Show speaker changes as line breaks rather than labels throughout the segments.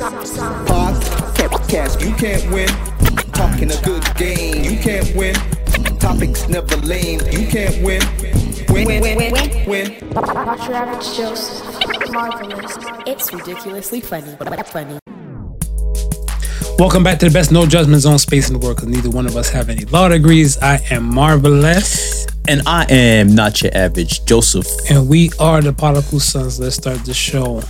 Boss, fuck cash, you can't win. Talking a good game, you can't win. Topics never lame, you can't win. Win, win, win, win, win. win.
Watch your average Joseph. Marvelous.
It's ridiculously funny, but funny.
Welcome back to the best no judgment zone space in the world because neither one of us have any law degrees. I am Marvelous,
And I am not your average Joseph.
and we are the Particle Sons. Let's start the show.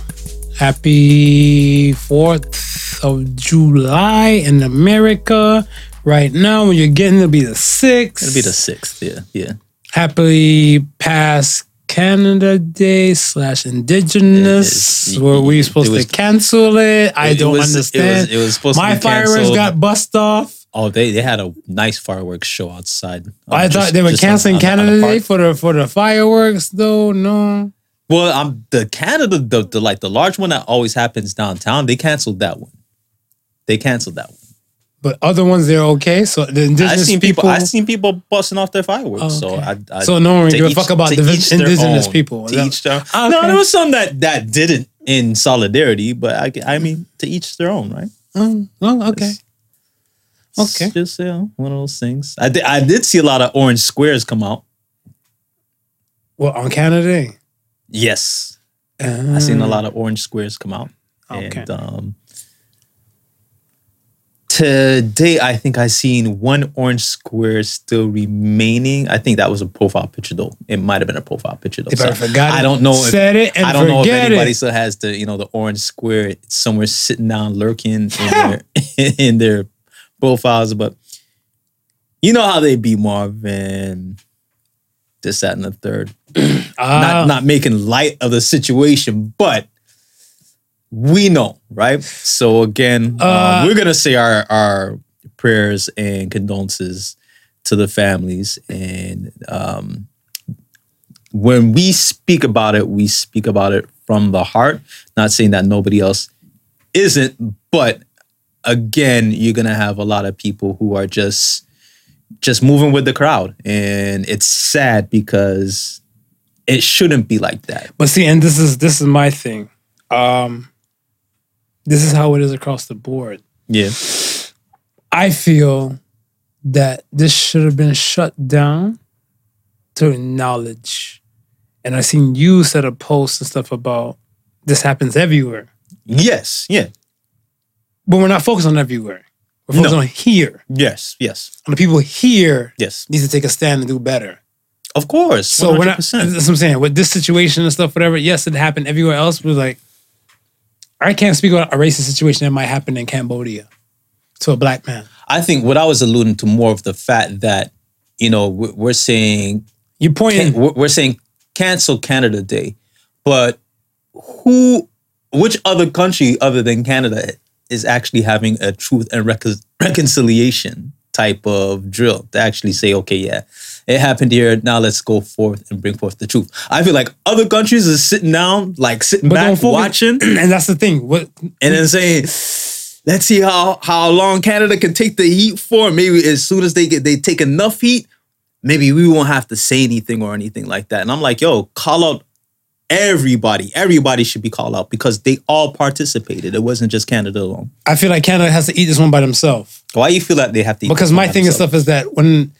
Happy 4th of July in America. Right now, when you're getting, it'll be the 6th.
It'll be the sixth. Yeah, yeah.
happily past Canada Day slash Indigenous.
It is.
Were we
It
supposed
was-
to cancel it? I
it
don't
was- it was-
understand.
it was supposed to
My
be
fireworks
canceled.
got bust off.
Oh, they they had a nice fireworks show outside.
I
Um,
thought
just-
they were
just on-
canceling
on the- on the
Canada Day
park.
for the for the fireworks though. No,
Well, I'm the Canada the, the like the large one that always happens downtown. They canceled that one. They canceled that one.
but other ones they're okay. So the
I've
Indigenous
seen people,
people.
I've seen people busting off their fireworks.
Oh,
So
okay.
I, I
So no one
to
give a fuck about
to
the vi-
each their
indigenous people.
To
That-
each their,
Okay.
No, there was some that that didn't in solidarity, but I, ca- I mean to each their own, right?
Oh, well, okay.
It's
Okay.
just you know, one of those things. I did I did see a lot of orange squares come out.
Well, on Canada Day,
Yes, I seen a
Um,
lot of orange squares come out.
Ah, Okay.
And um, today, I think I seen one orange square still remaining. I think that was a profile picture, though. It might have been a profile picture, though.
If I forgot
I
it,
don't know. If,
said it and
I don't know if
forget
anybody
it.
still has the you know the orange square somewhere sitting down lurking in their in their profiles, but you know how they be, Marvin. This, that, and the third
Ah,
not not making light of the situation, but we know, right? So again,
Uh,
uh, we're gonna say our our prayers and condolences to the families, and um, when we speak about it, we speak about it from the heart. Not saying that nobody else isn't, but again, you're gonna have a lot of people who are just just moving with the crowd, and it's sad because it shouldn't be like that.
But see, and this is this is my thing. Um, this is how it is across the board.
Yeah.
I feel that this should have been shut down to acknowledge. And I seen you set a post and stuff about this happens everywhere,
Yes. Yeah.
but we're not focused on everywhere. We're focused
No.
on here.
Yes. Yes.
And the people here
Yes.
needs to take a stand and do better.
Of course.
So
So
when I,
100%.
that's what I'm saying with this situation and stuff, whatever. Yes, it happened everywhere else. But like, I can't speak about a racist situation that might happen in Cambodia to a black man.
I think what I was alluding to more of the fact that you know we- we're saying
You're pointing.
we're we're saying cancel Canada Day, but who, which other country other than Canada is actually having a truth and recon- reconciliation type of drill to actually say, okay, yeah, it happened here. Now let's go forth and bring forth the truth. I feel like other countries are sitting down, like sitting
But don't
back,
focus-
watching.
and that's the thing. What
and
Mm.
then saying, "Let's see how how long Canada can take the heat for. Maybe as soon as they get they take enough heat, maybe we won't have to say anything or anything like that." And I'm like, "Yo, call out everybody. Everybody should be called out because they all participated. It wasn't just Canada alone.
I feel like Canada has to eat this one by themselves.
Why you feel like they have to?" eat
Because
this
my
by
thing and
themselves?
stuff is that when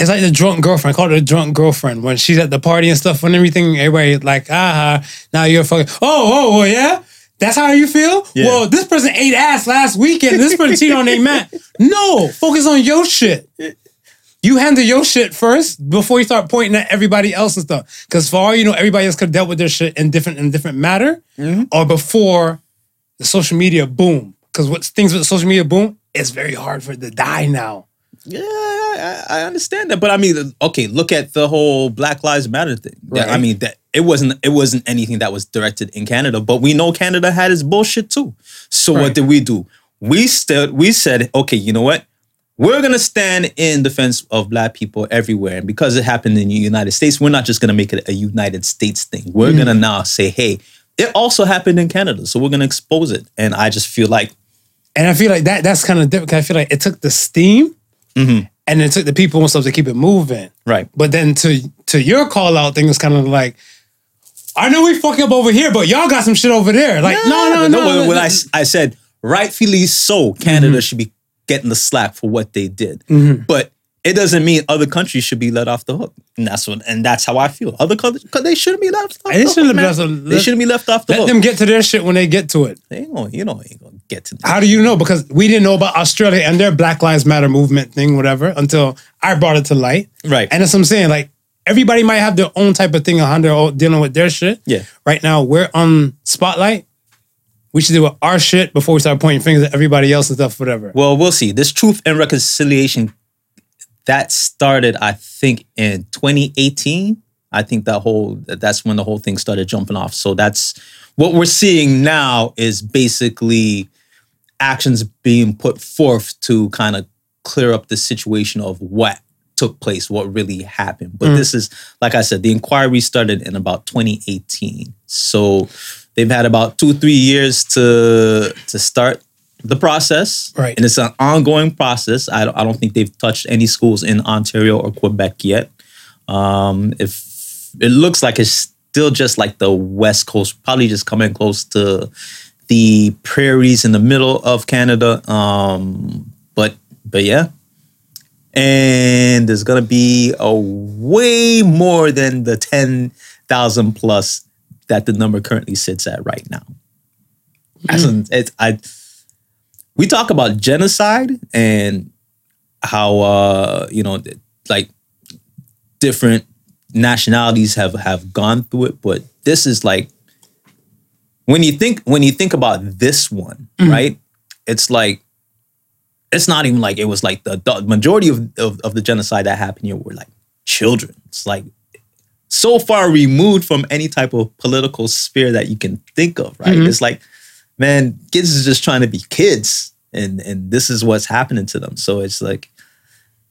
it's like the drunk girlfriend, I call her the drunk girlfriend when she's at the party and stuff, when everything, everybody like, ah, now you're fucking, oh, oh, oh, yeah? That's how you feel?
Yeah.
Well, this person ate ass last weekend. This person cheated on their man. No, focus on your shit. You handle your shit first before you start pointing at everybody else and stuff. Because for all you know, everybody else could have dealt with their shit in different in different matter or before the social media boom. Because what's things with social media boom, it's very hard for it to die now.
Yeah, I, I I understand that, but I mean, okay, look at the whole Black Lives Matter thing. That- I
Right.
mean, that it wasn't it wasn't anything that was directed in Canada, but we know Canada had its bullshit too. So
Right.
what did we do? We stood. We said, okay, you know what? We're gonna stand in defense of Black people everywhere, and because it happened in the United States, we're not just gonna make it a United States thing. We're
Mm-hmm.
gonna now say, hey, it also happened in Canada, so we're gonna expose it. And I just feel like
And I feel like that that's kind of different. 'cause I feel like it took the steam
Mm-hmm.
and it took the people and stuff to keep it moving.
right.
But then to to your call out thing is kind of like, I know we fucking up over here, but y'all got some shit over there. Like, no, no, Mm-hmm. no.
No, when, when I, s- I said rightfully so, Canada should be getting the slack for what they did,
Mm-hmm.
but it doesn't mean other countries should be let off the hook. And that's what, and that's how I feel. Other countries, they shouldn't be left. Off
They
the
shouldn't
hook,
be
man.
left on-
They
let-
shouldn't be left off the
let
hook.
them get to their shit when they get to it.
they ain't gonna, you know, ain't gonna get to that.
How do you know? Because we didn't know about Australia and their Black Lives Matter movement thing, whatever, until I brought it to light.
Right.
And that's what I'm saying. Like everybody might have their own type of thing on how they're all dealing with their shit.
Yeah.
Right now we're on spotlight. We should deal with our shit before we start pointing fingers at everybody else and stuff, whatever.
Well, we'll see. This truth and reconciliation that started, I think, in 2018. I think that whole that- that's when the whole thing started jumping off. So that's what we're seeing now is basically actions being put forth to kind of clear up the situation of what took place, what really happened. But this is, like I said, the inquiry started in about 2018. So they've had about two, three years to to start the process.
Right.
And it's an ongoing process. I, don't- I don't think they've touched any schools in Ontario or Quebec yet. Um, if it looks like it's still just like the West Coast, probably just coming close to the prairies in the middle of Canada. Um, but but yeah. And there's gonna be a way more than the ten thousand plus that the number currently sits at right now. That's a- it's- I we talk about genocide and how uh you know th- like different nationalities have have gone through it but this is like when you think when you think about this one right it's like it's not even like it was like the, the majority of, of of the genocide that happened here were like children it's like so far removed from any type of political sphere that you can think of right it's like man, kids is just trying to be kids, and and this is what's happening to them. So it's like,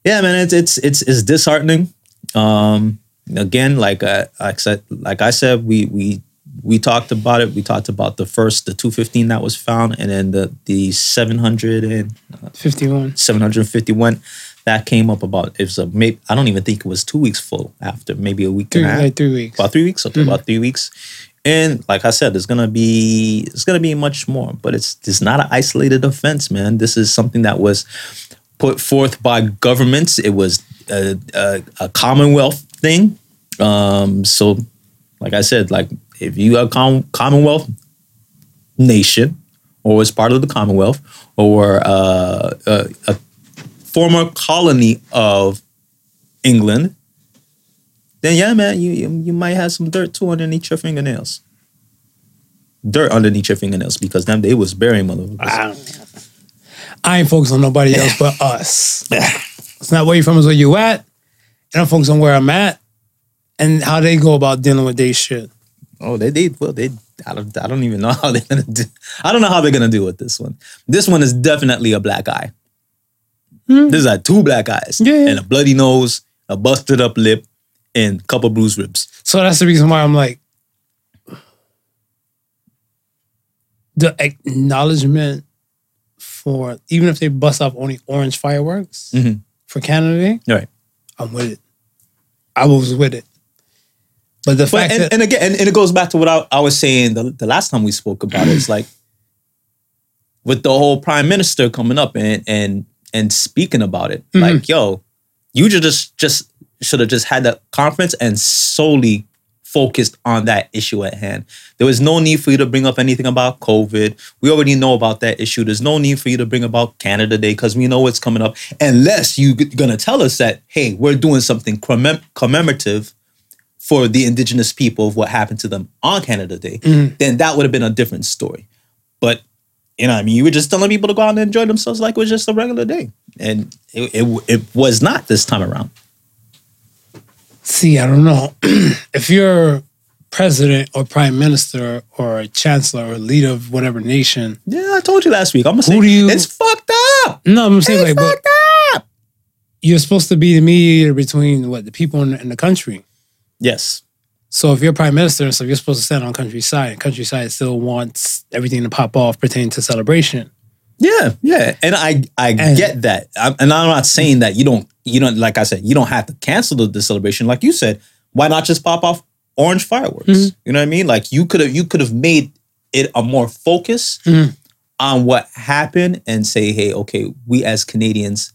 yeah, man, it's it's it's, it's disheartening. Um, again, like I, I said, like I said, we we we talked about it. We talked about the first, the two fifteen that was found, and then the the seven hundred and
51.
751 that came up about it was a maybe I don't even think it was two weeks full after maybe a week
Three,
and a half
like three weeks.
about three weeks okay about three weeks and like I said there's gonna be it's gonna be much more but it's it's not an isolated offense man this is something that was put forth by governments it was a, a, a commonwealth thing um so like I said like if you are com- commonwealth nation or was part of the Commonwealth or uh, a, a former colony of England, then yeah, man, you, you you might have some dirt too underneath your fingernails. Dirt underneath your fingernails because them they was burying motherfuckers.
Ah. I ain't focused on nobody else but us. it's not where you from, it's where you at. And I'm focused on where I'm at and how they go about dealing with their shit.
Oh, they did well. They I don't I don't even know how they're gonna do. I don't know how they're gonna do with this one. This one is definitely a black eye. There's like two black eyes
Hmm. Yeah, yeah.
and a bloody nose, a busted up lip, and a couple bruised ribs.
So that's the reason why I'm like, the acknowledgement for even if they bust off only orange fireworks
Mhm.
for Canada Day,
All right.
I'm with it. I was with it. But the
But
fact
and,
that
and again, and, and it goes back to what I, I was saying the, the last time we spoke about it. It's like with the whole prime minister coming up and and and speaking about it,
Mm-hmm.
like yo, you should just just should have just had that conference and solely focused on that issue at hand. There was no need for you to bring up anything about COVID. We already know about that issue. There's no need for you to bring about Canada Day because we know it's coming up. Unless you're gonna tell us that hey, we're doing something commem- commemorative for the indigenous people of what happened to them on Canada Day,
Mm-hmm.
then that would have been a different story. But you know, what I mean, you were just telling people to go out and enjoy themselves like it was just a regular day, and it it, it was not this time around.
See, I don't know. if you're president or prime minister or chancellor or leader of whatever nation,
Yeah, I told you last week. I'm gonna say
do you-
it's fucked up.
no, I'm saying
It's
like, but
fucked up.
you're supposed to be the mediator between what the people and and the country.
Yes,
So if you're prime minister and so you're supposed to stand on countryside, and countryside still wants everything to pop off pertaining to celebration.
Yeah, yeah, and I I
And-
get that, I'm, and I'm not saying that you don't you don't like I said you don't have to cancel the, the celebration. Like you said, why not just pop off orange fireworks.
Mm-hmm.
You know what I mean? Like you could have you could have made it a more focus
Mm-hmm.
on what happened and say, hey, okay, we as Canadians,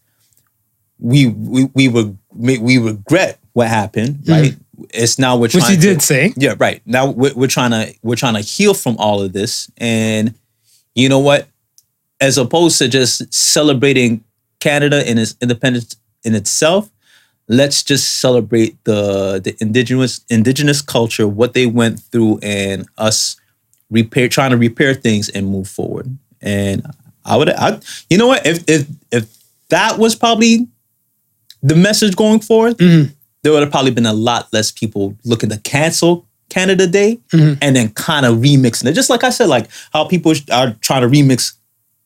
we we we were we regret what happened, right? It's now we're
Mm-hmm. Which
trying
he
to-
did say.
yeah, right. Now we're, we're trying to we're trying to heal from all of this, and you know what? As opposed to just celebrating Canada and its independence in itself, let's just celebrate the the indigenous indigenous culture, what they went through, and us repair trying to repair things and move forward. And I would, I, you know what? If if if that was probably the message going forward, there would have probably been a lot less people looking to cancel Canada Day and then kind of remixing it. Just like I said, like how people sh- are trying to remix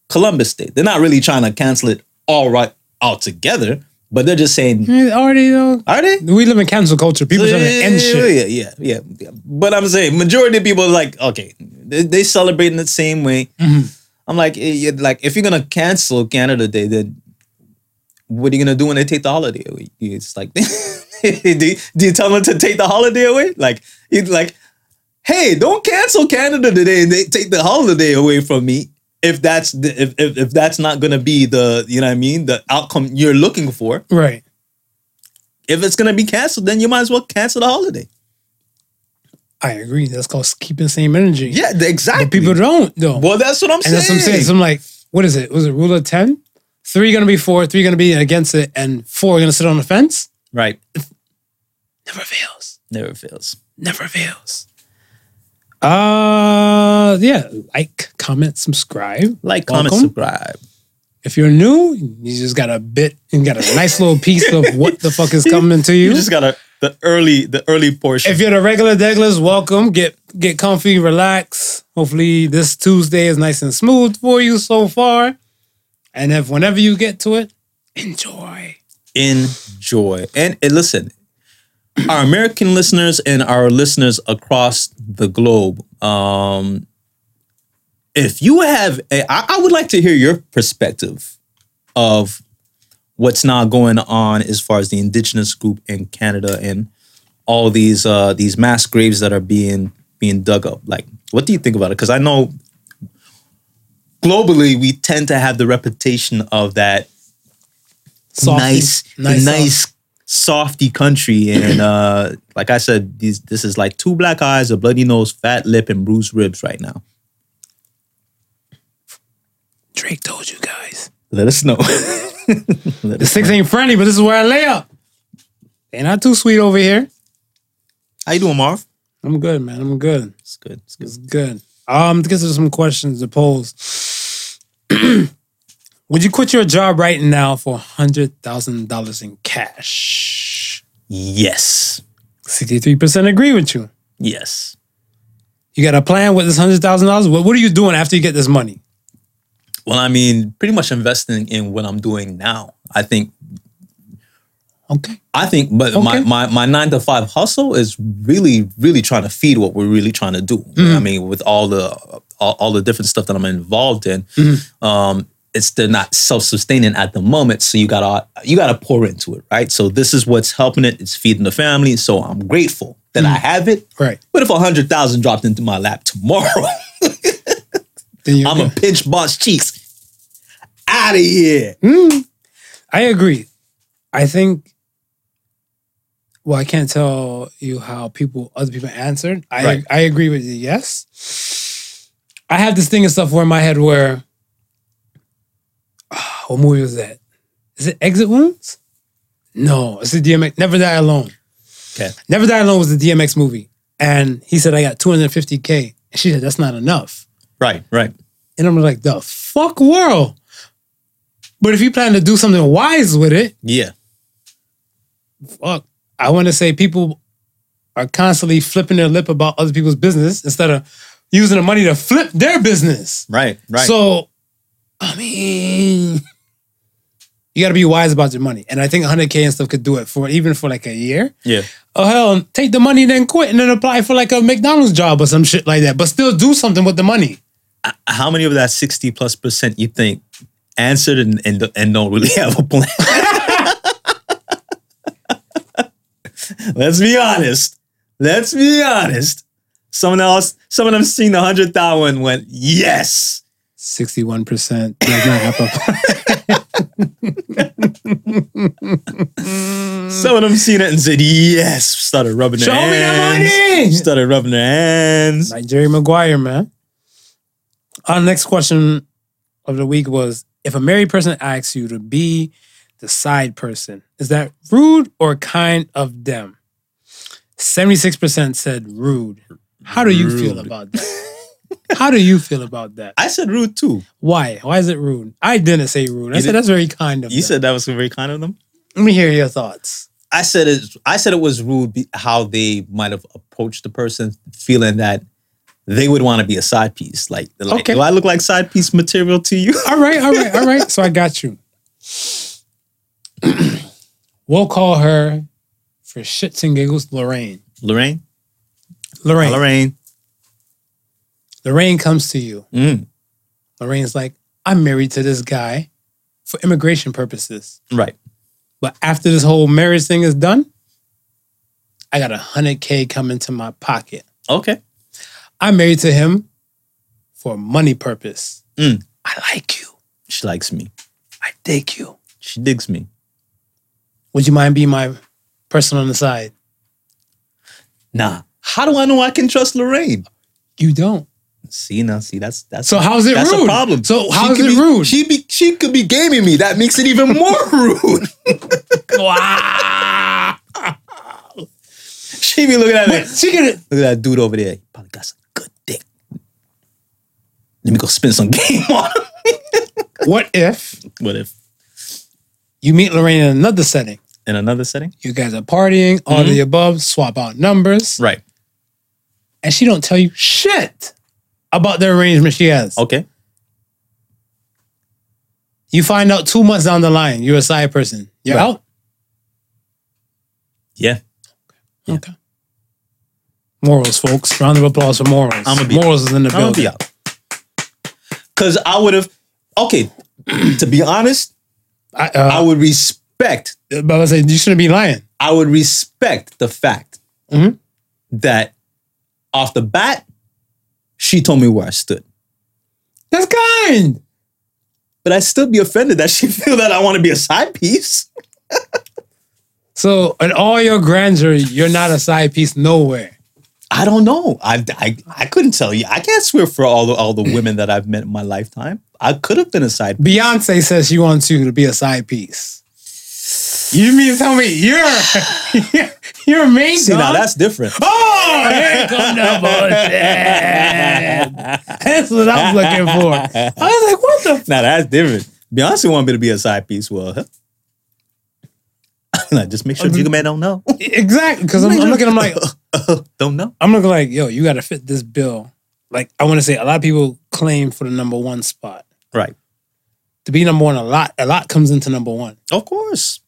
Columbus Day. They're not really trying to cancel it all right altogether, but they're just saying,
Eh, Already though.
are they?
We live in cancel culture. People trying to end shit.
Yeah, yeah, yeah, yeah. But I'm saying majority of people are like, okay, they, they celebrate in the same way.
Mm-hmm.
I'm like, eh, yeah, like if you're gonna cancel Canada Day, then what are you gonna do when they take the holiday away? It's like, do, you- do you tell them to take the holiday away? Like, it's like, hey, don't cancel Canada today and they take the holiday away from me. If that's the, if, if if that's not gonna be the you know what I mean the outcome you're looking for,
Right.
if it's gonna be canceled, then you might as well cancel the holiday.
I agree. That's called keeping the same energy.
Yeah, th- exactly.
But people don't though.
well, that's what I'm
and
saying.
that's what I'm saying. So I'm like, what is it? Was it rule of ten? Three gonna be four, three gonna be against it, and four gonna sit on the fence?
right.
Never fails.
Never fails.
Never fails. Uh yeah. Like, comment, subscribe.
Like, comment,
Welcome.
subscribe.
If you're new, you just got a bit and got a nice little piece of what the fuck is coming to you.
You just gotta the early the early portion.
if you're the regular Deglers, welcome. Get get comfy, relax. Hopefully this Tuesday is nice and smooth for you so far. And if whenever you get to it, enjoy.
Enjoy and, and listen. Our American listeners and our listeners across the globe. Um, if you have, a, I, I would like to hear your perspective of what's now going on as far as the indigenous group in Canada and all these uh, these mass graves that are being being dug up. Like, what do you think about it? Because I know globally we tend to have the reputation of that
Soft,
nice, nice, uh, softy country, and uh, like I said, these this is like two black eyes, a bloody nose, fat lip, and bruised ribs right now.
Drake told you guys.
Let us know.
The six ain't friendly, but this is where I lay up. They not too sweet over here.
How you doing, Marv?
I'm good, man. I'm good.
It's good. It's good.
It's good. Um, I guess there's some questions to pose. Would you quit your job right now for hundred thousand dollars in cash?
Yes.
Sixty-three percent agree with you.
Yes.
You got a plan with this hundred thousand dollars. What What are you doing after you get this money?
Well, I mean, pretty much investing in what I'm doing now. I think
Okay.
I think, but my,
Okay.
my my nine to five hustle is really really trying to feed what we're really trying to do.
Mm-hmm.
I mean, with all the all, all the different stuff that I'm involved in,
Mm-hmm.
um, it's they're not self sustaining at the moment. So you gotta you gotta pour into it, right? So this is what's helping it. It's feeding the family. So I'm grateful that I
Mm-hmm.
have it.
Right.
But if a hundred thousand dropped into my lap tomorrow,
Then you.
I'm a pinch boss cheeks out of here.
I agree. I think. Well, I can't tell you how people, other people answered. I
Right.
I agree with you. Yes, I have this thing and stuff where in my head where. Ah, what movie was that? Is it Exit Wounds? No, it's the DMX. Never Die Alone. Mm-hmm.
Okay.
Never Die Alone was the DMX movie, and he said I got 250k, and she said that's not enough.
Right. Right.
And I'm like, the fuck world. But if you plan to do something wise with it,
Yeah.
fuck. I want to say people are constantly flipping their lip about other people's business instead of using the money to flip their business.
Right. Right.
So, I mean, you got to be wise about your money. And I think 100K and stuff could do it for even for like a year.
yeah.
Oh, hell, take the money, then quit and then apply for like a McDonald's job or some shit like that, but still do something with the money.
how many of that 60 plus percent you think answered and, and, and don't really have a plan? Let's be honest. let's be honest. Someone else, some of them seen the hundred thousand went, yes.
61% does not have
Some of them seen it and said, yes. Started rubbing their
Mm. Show me the
hands.
money!
Started rubbing their hands.
Like Jerry Maguire, man. Our next question of the week was if a married person asks you to be the side person, is that rude or kind of them? 76% said rude. How do you feel
Rude.
about that? How do you feel about that?
I said rude too.
Why? Why is it rude? I didn't say rude. I
You
said
did-
that's very kind of
You
them.
said that was very kind of them.
Let me hear your thoughts.
I said it. I said it was rude be- how they might have approached the person, feeling that they would want to be a side piece. Like, like,
Okay.
do I look like side piece material to you?
All right, all right, all right. So I got you. we'll call her for shits and giggles, Lorraine.
Lorraine.
Lorraine. Lorraine.
Lorraine.
comes to you.
Mm,
Lorraine's like, I'm married to this guy for immigration purposes.
right.
But after this whole marriage thing is done, I got a hundred K come into my pocket.
Okay.
I'm married to him for a money purpose.
Mm.
I like you.
She likes me.
I dig you.
She digs me.
Would you mind being my person on the side?
Nah. How do I know I can trust Lorraine?
You don't.
See now, see that's that's
So how's it
that's
rude?
a problem.
So
She
how's
could
it
be-
rude?
She be she could be gaming me. That makes it even more rude.
Wow.
she be looking at me.
But she could
Look at that dude over there. He probably got some good dick. Let me go spin some game on him.
what if
What if
you meet Lorraine in another setting?
in another setting?
You guys are partying, all of the above, swap out numbers,
Mm-hmm. Right.
and she don't tell you shit about the arrangement she has.
Okay.
You find out two months down the line, you're a side person. You're
Right.
out.
Yeah.
Okay. Morals, folks. Round of applause for morals.
I'ma be-
morals is in the
I'm gonna
building.
be out. Cause I would have okay, to be honest,
I, uh,
I would respect,
but I say you shouldn't be lying.
I would respect the fact
Mhm.
that off the bat, she told me where I stood.
That's kind.
But I'd still be offended that she feel that I want to be a side piece.
So, in all your grandeur, you're not a side piece nowhere.
I don't know. I, I I couldn't tell you. I can't swear for all the all the women that I've met in my lifetime. I could have been a side.
Beyonce says she wants you to be a side piece. You mean to tell me you're you're amazing?
See, now that's different.
oh, here comes the bullshit. That's what I'm looking for. I was like, what the? F-?
Now that's different. Beyonce wanted me to be a side piece. Well, huh? Like, just make sure
Mm-hmm.
Jigga Man don't know.
Exactly, because I'm, I'm looking. I'm like,
don't know.
I'm looking like, yo, you got to fit this bill. Like, I want to say, a lot of people claim for the number one spot.
Right.
To be number one, a lot, a lot comes into number one,
Of course.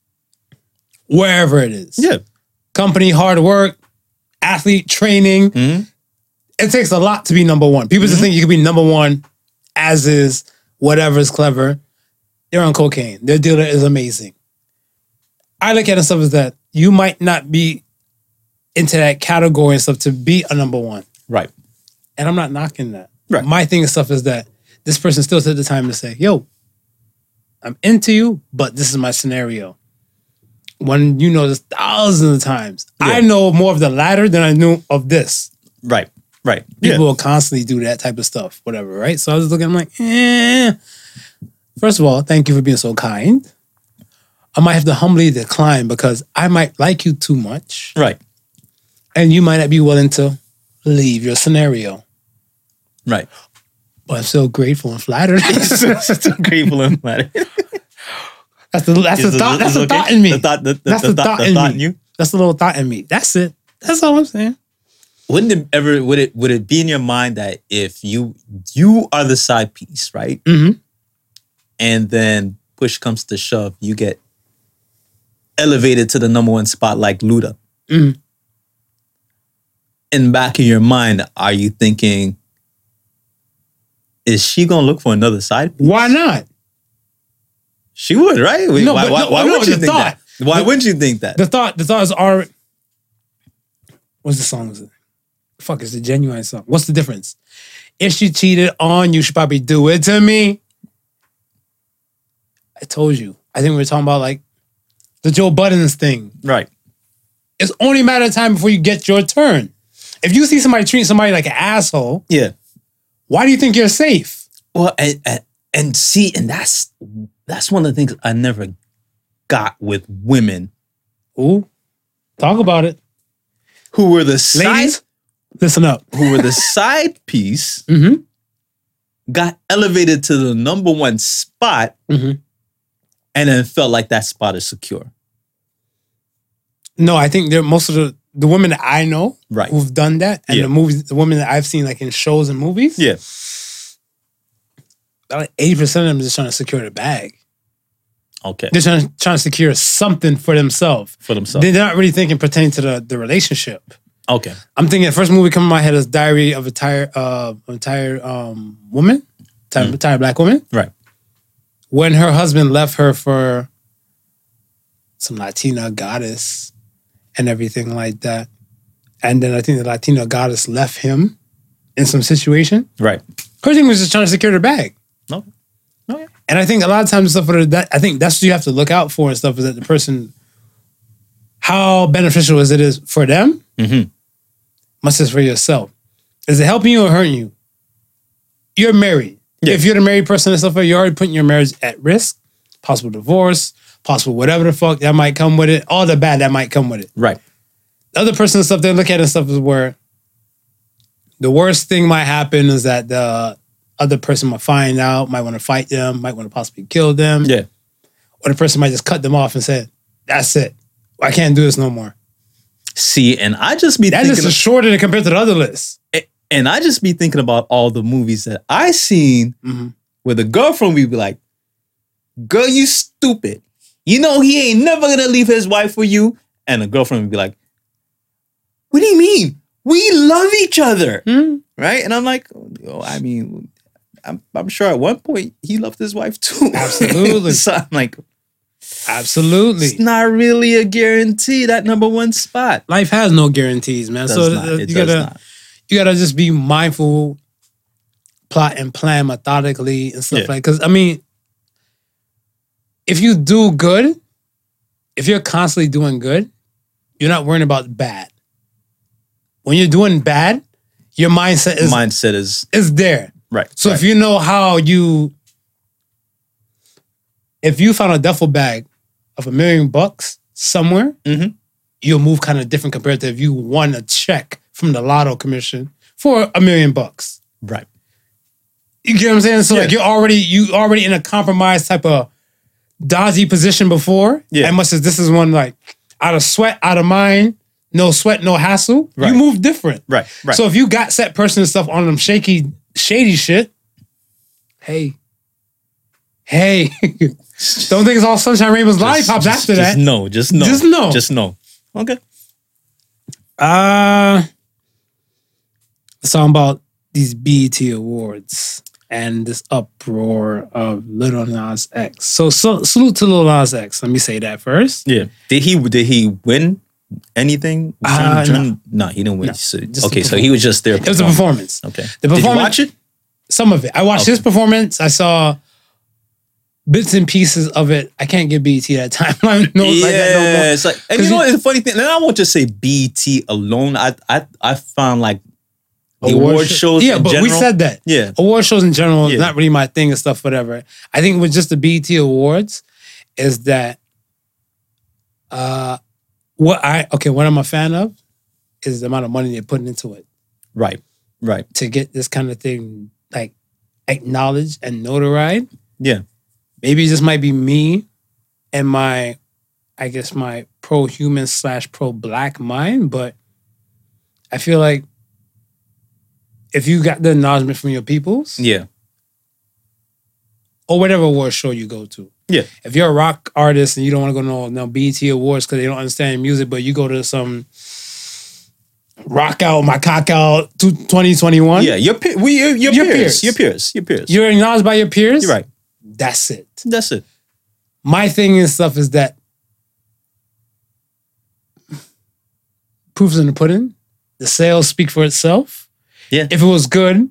wherever it is.
Yeah.
company, hard work, athlete training.
Mm-hmm.
It takes a lot to be number one. People just think you can be number one as is, whatever's clever. They're on cocaine. Their dealer is amazing. I look at it stuff as that you might not be into that category and stuff to be a number one.
Right.
And I'm not knocking that.
Right.
My thing and stuff is that this person still took the time to say, yo, I'm into you, but this is my scenario. When you know this thousands of times. I
Yeah.
know more of the latter than I knew of this.
Right. Right. Yeah.
People will constantly do that type of stuff, whatever, right? So I was looking, I'm like, eh. First of all, thank you for being so kind. I might have to humbly decline because I might like you too much
Right.
and you might not be willing to leave your scenario.
Right.
But I'm so grateful and flattered. that's the
Grateful and flattered.
that's the
Is-
thought.
is
That's the
okay?
thought in me.
The thought, the, the,
that's the, thought, in me.
you.
That's the little thought in me. That's it. That's all I'm saying.
Wouldn't it ever would it would it be in your mind that if you you are the side piece, right?
Mhm.
And then push comes to shove, you get elevated to the number one spot like Luda.
Mhm.
In the back of your mind, are you thinking, is she gonna look for another side? piece?
Why not?
She would, right? Why,
No,
why,
but
why,
no, no,
would you
the
think
thought.
that? Why
The-
wouldn't you think that?
The thought. The thought is already. What's the song? Is it? Fuck, it's a genuine song. What's the difference? If she cheated on you, she probably do it to me. I told you. I think we were talking about like the Joe Buttons thing.
Right.
It's only a matter of time before you get your turn. If you see somebody treating somebody like an asshole,
Yeah.
why do you think you're safe?
Well, and, and and see, and that's that's one of the things I never got with women
Ooh, talk about it.
who were the side
Ladies, listen up.
who were the side piece
Mhm.
got elevated to the number one spot,
Mhm.
and then felt like that spot is secure.
No, I think they're most of the the women that I know
Right.
who've done that, and
Yeah.
the movies, the women that I've seen like in shows and movies.
Yeah.
about, like eighty percent of them just trying to secure the bag.
Okay.
They're trying, trying to secure something for themselves.
For themselves.
They're not really thinking pertaining to the, the relationship.
Okay.
I'm thinking the first movie coming to my head is Diary of a Tired uh, a Tired um, Woman, Tired,
Mm.
tired Black Woman.
Right.
when her husband left her for some Latina goddess and everything like that. And then I think the Latina goddess left him in some situation.
Right.
Her thing was just trying to secure the bag.
No. No. yeah.
And I think a lot of times stuff for that I think that's what you have to look out for and stuff is that the person how beneficial is it is for them?
Mhm.
Must is for yourself. Is it helping you or hurting you? You're married.
Yeah.
If you're the married person and stuff, like that, you're already putting your marriage at risk. Possible divorce, possible whatever the fuck that might come with it, all the bad that might come with it.
Right.
The other person and stuff they look at and stuff is where the worst thing might happen is that the other person might find out, might want to fight them, might want to possibly kill them
Yeah.
or the person might just cut them off and say, "That's it, I can't do this no more."
See, and I just be
That
thinking
list is shorter than compared to the other list.
A- and I just be thinking about all the movies that I seen
Mhm.
where the girlfriend would be like, "Girl, you stupid. You know he ain't never gonna leave his wife for you." And the girlfriend would be like, "What do you mean? We love each other,
Hmm.
right?" And I'm like, "Oh, I mean." I'm, I'm sure at one point he loved his wife too.
Absolutely.
so I'm like, it's
Absolutely,
not really a guarantee that number one spot.
life has no guarantees, man.
Does
so
not.
uh,
It
you
does
gotta
not.
you gotta just be mindful, plot and plan methodically and stuff
Yeah.
like. Because I mean, if you do good, if you're constantly doing good, you're not worrying about bad. When you're doing bad, your mindset is
Mindset is
is there.
right.
So
right.
if you know how you, if you found a duffel bag of a million bucks somewhere,
Mhm.
you'll move kind of different compared to if you won a check from the lotto commission for a million bucks.
right.
You get what I'm saying? So like
Yeah.
you're already you already in a compromised type of dodgy position before.
Yeah.
And much as this is one like out of sweat, out of mind, no sweat, no hassle.
Right.
You move different.
Right, right.
So if you got set person and stuff on them shaky, shady shit, hey, hey, don't think it's all sunshine, rainbows, lollipops
just,
after
just
that.
No, just no.
Just no.
Just no. Okay.
Uh, it's all about these BET awards and this uproar of Little Nas X. So, so salute to Little Nas X. Let me say that first.
Yeah. Did he did he win anything?
Uh,
Turn- no. he didn't win. So-
just
okay,
the
so he was just there.
It was a performance.
Okay.
The
did you
performance-
watch it?
Some of it. I watched
Okay.
his performance. I saw bits and pieces of it. I can't give BET that timeline. no,
yeah,
like that no more.
it's like, and
'Cause
you know
he-
what, the funny thing, and I won't just say BT alone. I I I found like the award,
sh-
shows.
Yeah,
in
but we
general-
said that.
Yeah.
Award shows in general is
Yeah.
not really my thing and stuff, whatever. I think with just the BET Awards is that uh what I okay, what I'm a fan of is the amount of money they're putting into it
Right. Right.
to get this kind of thing like acknowledged and notarized.
Yeah.
Maybe it just might be me and my I guess my pro human slash pro black mind, but I feel like if you got the acknowledgement from your peoples
Yeah.
or whatever award show you go to.
Yeah.
If you're a rock artist and you don't want to go no no BET awards because they don't understand music, but you go to some rock out my cock out two- 2021,
Yeah. Your pe- we your, your,
Your
peers,
peers.
Your peers. Your peers.
you're acknowledged by your peers.
You're right.
That's it.
That's it.
my thing and stuff is that proof's in the pudding. the sales speak for itself.
Yeah.
If it was good,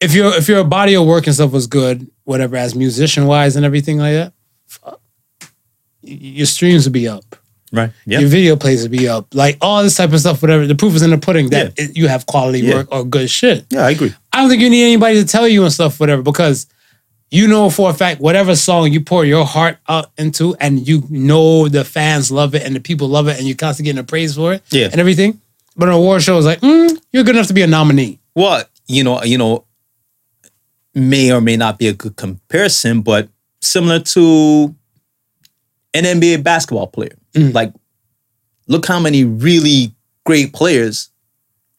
if your if your body of work and stuff was good, whatever, as musician wise and everything like that, fuck, y- your streams would be up.
Right.
Your
Yeah.
video plays would be up. Like all this type of stuff, whatever. The proof is in the pudding that it, you have quality
Yeah.
work or good shit.
Yeah, I agree.
I don't think you need anybody to tell you and stuff, whatever, because you know for a fact whatever song you pour your heart out into and you know the fans love it and the people love it and you're constantly getting the praise for it
Yeah.
and everything. But an award show is like, mm, you're good enough to be a nominee.
Well, you know, you know, may or may not be a good comparison, but similar to an NBA basketball player. Like, look how many really great players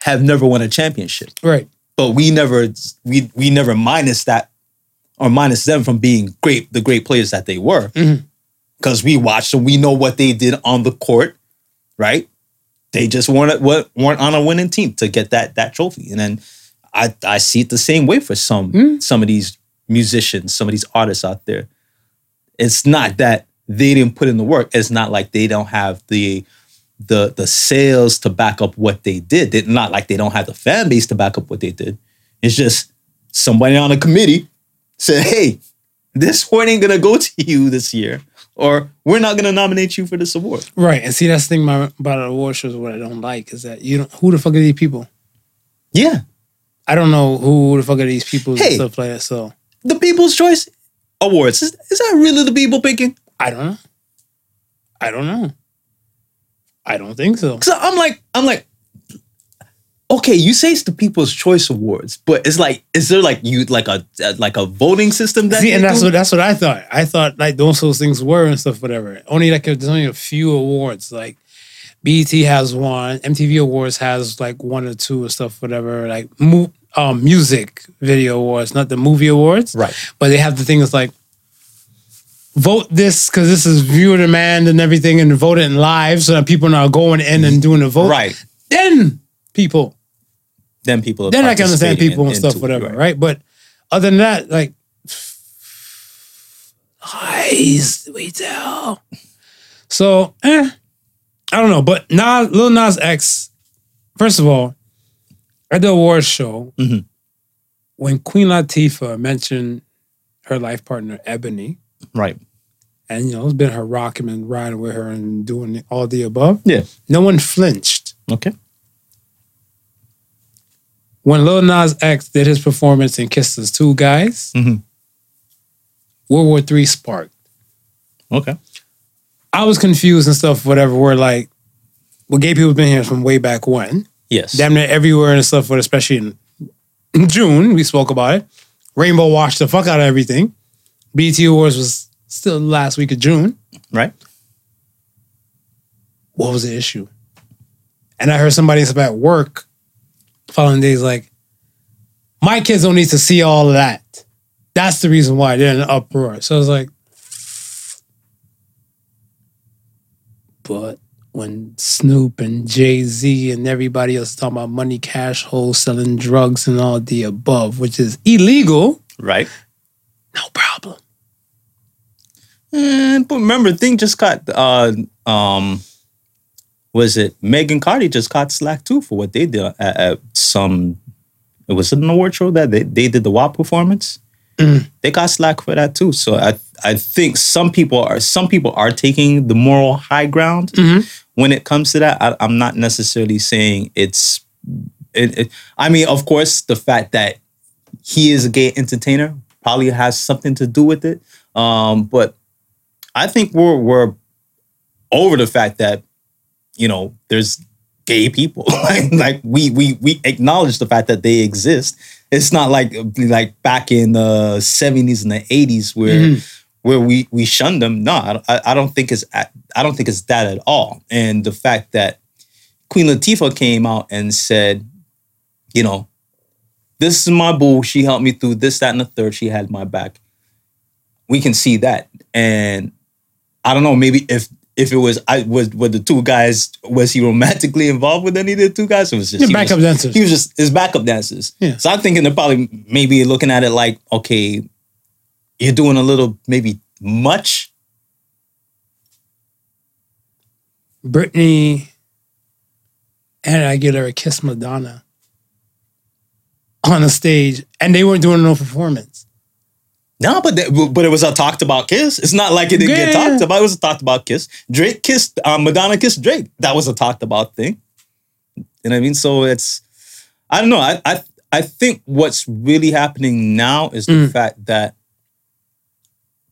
have never won a championship.
Right.
but we never we we never minus that or minus them from being great the great players that they were because we watched them we know what they did on the court right they just weren't wa- weren't on a winning team to get that that trophy and then I I see it the same way for some some of these musicians some of these artists out there it's not that they didn't put in the work it's not like they don't have the the the sales to back up what they did. It's not like they don't have the fan base to back up what they did. It's just somebody on a committee said, "Hey, this award ain't gonna go to you this year, or we're not gonna nominate you for this award."
Right. And see, that's the thing my, about award shows, what I don't like is that you don't, who the fuck are these people?
Yeah,
I don't know who the fuck are these people and
Hey.
stuff like that. So
the People's Choice Awards is, is that really the people picking?
I don't know. I don't know. I don't think so.
So I'm like, I'm like, okay, you say it's the People's Choice Awards, but it's like, is there like you like a like a voting system that
See, and
they
that's
do?
what that's what I thought. I thought like those those things were and stuff, whatever. Only like there's only a few awards. Like BET has one, MTV Awards has like one or two or stuff, whatever. Like mu- um, music video awards, not the movie awards,
Right.
But they have the thing that's like vote this because this is viewer demand and everything, and vote it in live so that people are not going in and doing the vote.
right.
Then people
Then people. are
then I can understand
participating
people
in-
and stuff,
into it,
whatever, right. But other than that, like eyes we tell. So eh, I don't know, but Nas, Lil Nas X. First of all, at the awards show,
Mhm.
when Queen Latifah mentioned her life partner Ebony,
Right.
and you know it's been her rocking and riding with her and doing all the above,
Yeah.
no one flinched.
Okay.
when Lil Nas X did his performance in Kisses Two Guys,
Mhm.
World War Three sparked.
Okay.
I was confused and stuff, whatever. We're like, well, gay people's been here from way back when.
Yes.
Damn near everywhere and stuff, but especially in- in June, we spoke about it. Rainbow washed the fuck out of everything. BT Awards was still the last week of June.
right.
What was the issue? And I heard somebody and stuff at work following days like, my kids don't need to see all of that. That's the reason why they're in an uproar. So I was like, but when Snoop and Jay Z and everybody else talking about money, cash, holes, selling drugs, and all the above, which is illegal,
Right.
no problem.
Mm, but remember, thing just got uh um was it Megan Cardi just got slack too for what they did at, at some it was it an award show that they, they did the WAP performance. They got slack for that too. So I I think some people are some people are taking the moral high ground when it comes to that. I, I'm not necessarily saying it's. It, it, I mean, of course, the fact that he is a gay entertainer probably has something to do with it. Um, but I think we're we're over the fact that you know there's gay people. like, like we we we acknowledge the fact that they exist. It's not like like back in the seventies and the eighties where where we we shunned them. No, I, I- I don't think it's at- I don't think it's that at all. And the fact that Queen Latifah came out and said, you know, this is my boo. She helped me through this, that, and the third. She had my back. We can see that. And I don't know, maybe if if it was I was with the two guys, was he romantically involved with any of the two guys? It was just
Yeah,
he
backup
was-
dancers.
He was just his backup dancers.
Yeah.
So I'm thinking they're probably maybe looking at it like, okay, you're doing a little maybe much.
Britney and I get her a kiss Madonna on a stage, and they weren't doing no performance.
No, but that, but it was a talked about kiss. It's not like it didn't
Yeah.
get talked about. It was a talked about kiss. Drake kissed um, Madonna kissed Drake. That was a talked about thing. You know what I mean? So it's I don't know. I I I think what's really happening now is the fact that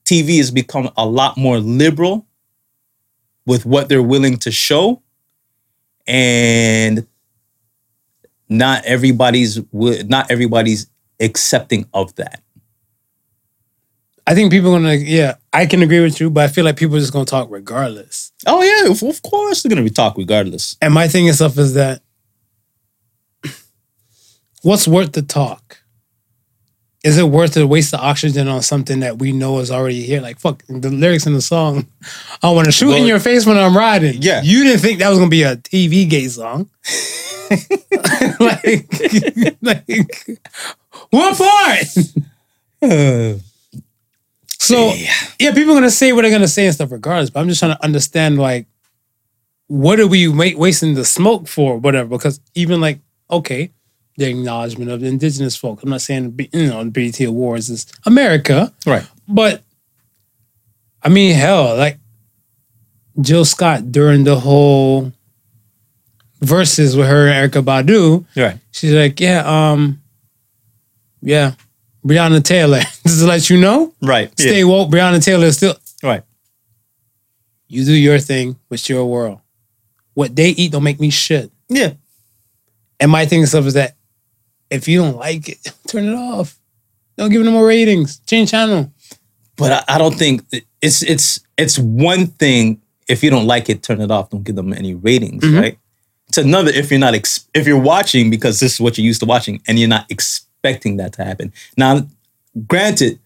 TV has become a lot more liberal with what they're willing to show, and not everybody's wi- not everybody's accepting of that.
I think people are gonna yeah, I can agree with you, but I feel like people are just gonna talk regardless.
Oh yeah, of, of course they're gonna be talk regardless.
And my thing is stuff is that what's worth the talk? Is it worth to waste the oxygen on something that we know is already here? Like fuck the lyrics in the song. I want to shoot in
Well-
your face when I'm riding.
Yeah.
you didn't think that was gonna be a TV gay song. like, like, what part? so yeah. people are gonna say what they're gonna say and stuff regardless. But I'm just trying to understand like what are we wa- wasting the smoke for, whatever? Because even like, okay, the acknowledgement of the indigenous folk. I'm not saying be- you know the BT Awards is America,
Right.
but I mean, hell, like Jill Scott during the whole verses with her and Erica Badu,
Right.
she's like, yeah, um, yeah, Breonna Taylor. Just to let you know,
Right.
stay woke. Breonna Taylor is still
Right.
you do your thing with your world. What they eat don't make me shit.
Yeah.
And my thing and stuff is that if you don't like it, turn it off. Don't give it no more ratings. Change channel.
But I, I don't think it's it's it's one thing if you don't like it, turn it off. Don't give them any ratings, right? It's another if you're not ex- if you're watching because this is what you're used to watching and you're not expecting that to happen. Now, granted,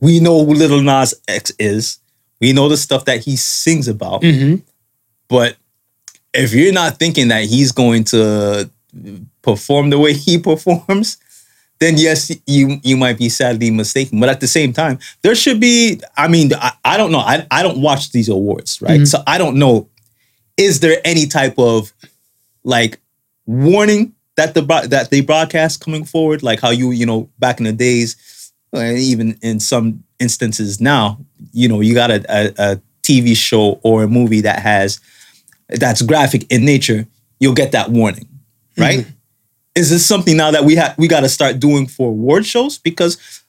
we know who Little Nas X is. We know the stuff that he sings about.
Mm-hmm.
But if you're not thinking that he's going to perform the way he performs, then yes, you you might be sadly mistaken. But at the same time, there should be. I mean, I, I don't know. I, I don't watch these awards, right? So I don't know. Is there any type of like warning that the bro- that they broadcast coming forward? Like how you you know back in the days, uh, even in some instances now, you know you got a, a, a TV show or a movie that has that's graphic in nature, you'll get that warning,
Mm-hmm.
right? Is this something now that we have we got to start doing for award shows? Because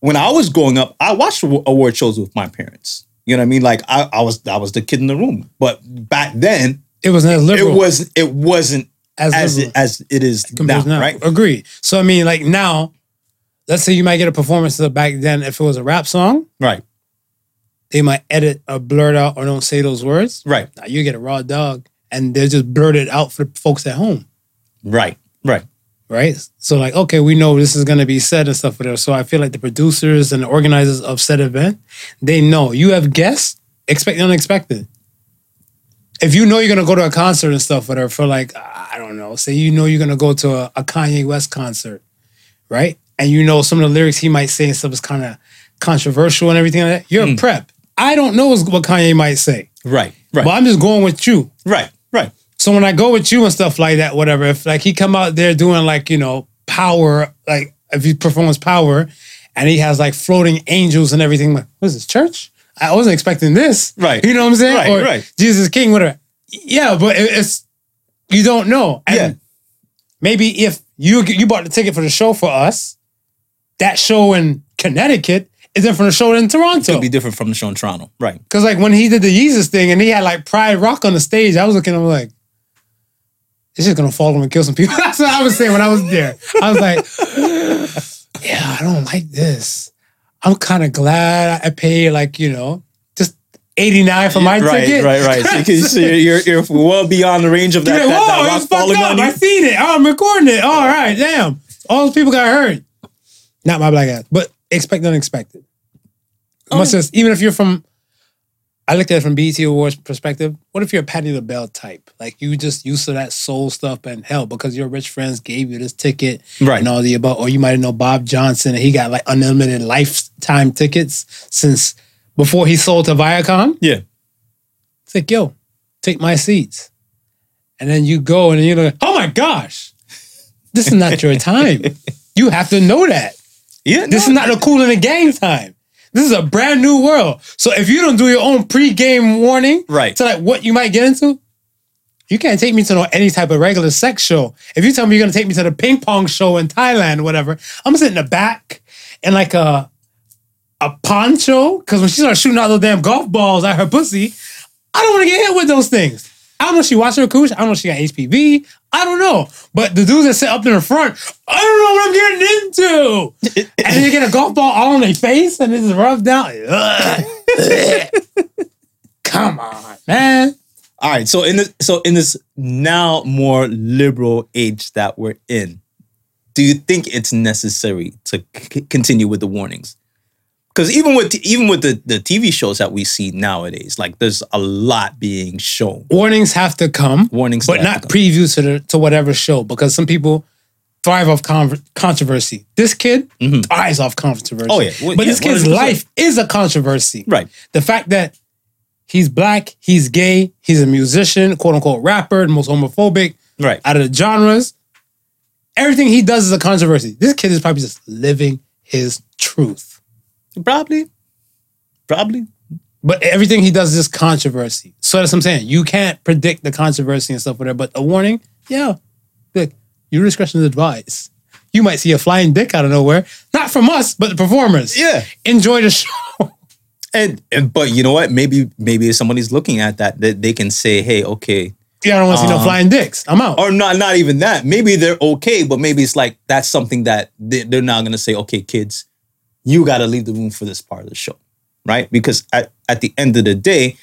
when I was growing up, I watched awa- award shows with my parents. You know what I mean? Like I, I was I was the kid in the room, but back then
It was not
it
liberal.
was it wasn't
As
as as
liberal.
it, as it is now,
compared to now.
right?
Agree. So I mean, like now, let's say you might get a performance of back then. If it was a rap song,
Right,
they might edit or blurt out or don't say those words.
right,
Now you get a raw dog, and they're just blurted out for the folks at home.
right, right.
right? So like, okay, we know this is gonna be said and stuff whatever. So I feel like the producers and the organizers of said event, they know you have guests, expect the unexpected. If you know you're gonna go to a concert and stuff whatever for like I don't know, say you know you're gonna go to a, a Kanye West concert, right? And you know some of the lyrics he might say and stuff is kind of controversial and everything like that. You're a prep. I don't know what Kanye might say,
Right, right,
but I'm just going with you.
right, right,
So when I go with you and stuff like that, whatever, if like he come out there doing like, you know, power, like if he performs power and he has like floating angels and everything, I'm like, what is this, church? I wasn't expecting this.
Right.
You know what I'm saying?
Right,
or
right.
Jesus is King, whatever. Yeah, but it- it's you don't know. And
Yeah.
maybe if you you bought the ticket for the show for us, that show in Connecticut is different from the show in Toronto.
It'll be different from the show in Toronto. Right,
Cause like when he did the Yeezus thing and he had like Pride Rock on the stage, I was looking at him like, it's just gonna fall him and kill some people. That's what I was saying when I was there. I was like, yeah, I don't like this. I'm kind of glad I paid like you know just 89 for my
right,
ticket.
right, right. So you can- so you're, you're, you're well beyond the range of that.
You're
that,
like,
that
whoa,
rock
it was fucked
falling
up.
on you.
I seen it. Oh, I'm recording it. All right, damn. All those people got hurt. Not my black ass, but expect the unexpected.
Oh.
Much less, even if you're from, I looked at it from BET Awards perspective. What if you're a Patty LaBelle type? Like you just used to that soul stuff and hell because your rich friends gave you this ticket
Right.
and all the above. Or you might know Bob Johnson and he got like unlimited lifetime tickets since before he sold to Viacom.
Yeah.
It's like, yo, take my seats. and then you go and you're like, oh my gosh, this is not your time. You have to know that.
Yeah,
This is
no,
not a cool in the game time. This is a brand new world. So if you don't do your own pre-game warning
Right.
to like what you might get into, you can't take me to no any type of regular sex show. If you tell me you're gonna take me to the ping pong show in Thailand, whatever, I'm gonna sit in the back in like a a poncho because when she starts shooting all those damn golf balls at her pussy, I don't want to get hit with those things. I don't know if she watched her cooch. I don't know if she got HPV. I don't know. But the dudes that sit up in the front, I don't know what I'm getting into. and then you get a golf ball all on their face and it's rubbed down. Ugh. Come on, man.
All right, so in this, so in this now more liberal age that we're in, do you think it's necessary to c- continue with the warnings? Because even with even with the, the TV shows that we see nowadays, like there's a lot being shown.
Warnings have to come.
Warnings
but
have to
not
come.
previews to the, to whatever show because some people thrive off conver- controversy. This kid thrives off controversy.
Mm-hmm. Oh, yeah. Well,
but
yeah,
this kid's
100%.
life is a controversy.
Right.
The fact that he's black, he's gay, he's a musician, quote unquote rapper, the most homophobic
Right.
out of the genres. Everything he does is a controversy. This kid is probably just living his truth.
Probably. Probably.
But everything he does is controversy. So that's what I'm saying. You can't predict the controversy and stuff like that. But a warning, yeah. Look, your discretion is advised. You might see a flying dick out of nowhere. Not from us, but the performers.
Yeah.
Enjoy the show.
And, and but you know what? Maybe maybe if somebody's looking at that, that they can say, hey, okay.
Yeah, I don't want to see no flying dicks. I'm out.
Uh-huh. Or not not even that. Maybe they're okay, but maybe it's like that's something that they, they're not gonna say, okay, kids, you gotta leave the room for this part of the show. Right? Because at, at the end of the day,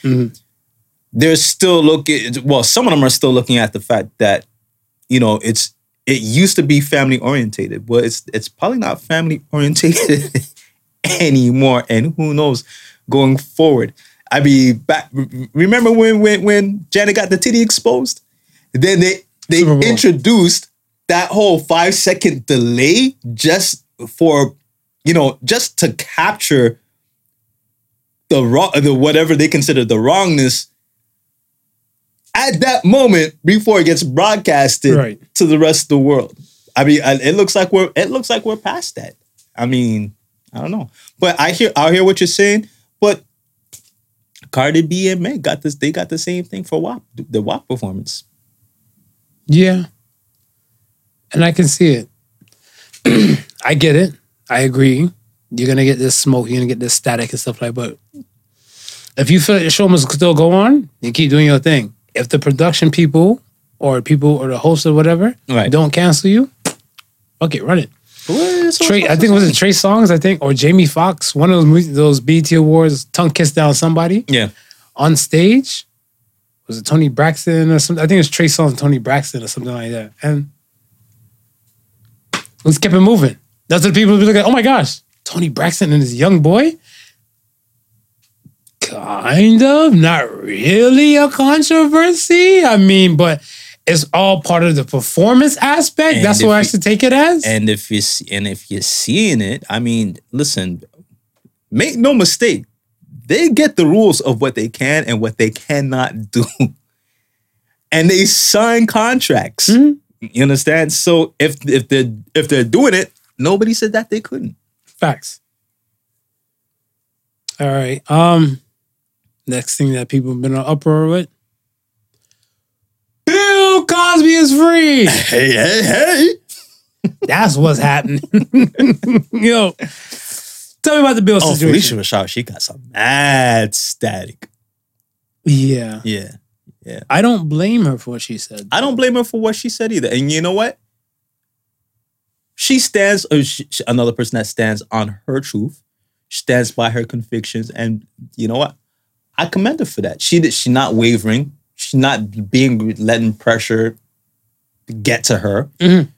they're still looking well, some of them are still looking at the fact that, you know, it's it used to be family orientated, but it's it's probably not family orientated anymore. And who knows going forward. I be back. re- Remember when when when Janet got the titty exposed? Then they they
Super Bowl.
introduced that whole five second delay just for you know just to capture the wrong the whatever they consider the wrongness at that moment before it gets broadcasted
Right.
to the rest of the world. I mean, I- it looks like we're it looks like we're past that. I mean, I don't know, but I hear I hear what you're saying. But Cardi B and Meg got this; they got the same thing for WAP, the WAP performance.
Yeah. And I can see it. I get it. I agree. You're gonna get this smoke, you're gonna get this static and stuff like but if you feel like the show must still go on, you keep doing your thing. If the production people or people or the host or whatever
Right.
don't cancel you, okay, run it. Trey,
Trey,
I think it was it Trey Songs, I think, or Jamie Foxx, one of those mu- those BT Awards, tongue kiss down somebody
yeah,
on stage. Was it Tony Braxton or something? I think it was Trey Songz and Tony Braxton or something like that. And let's keep it moving. That's what people be looking at. Oh my gosh, Tony Braxton and this young boy? Kind of, not really a controversy. I mean, but it's all part of the performance aspect.
And
That's what I
if you-
should take it as.
and if you s- and if you're seeing it, I mean, listen, make no mistake, they get the rules of what they can and what they cannot do, and they sign contracts. You understand? So if if they are if they're doing it, nobody said that they couldn't.
Facts. All right. Um, next thing that people have been on uproar with. Bill Cosby is free.
Hey, hey, hey!
That's what's happening. Yo, tell me about the Bill
Oh, Felicia
situation.
Rashad, she got some mad static.
Yeah,
Yeah.
I don't blame her for what she said.
I don't blame her for what she said either. And you know what? She stands, or she, she- another person that stands on her truth, stands by her convictions. And you know what? I commend her for that. She did, she not wavering. She's not being letting pressure get to her.
Mhm.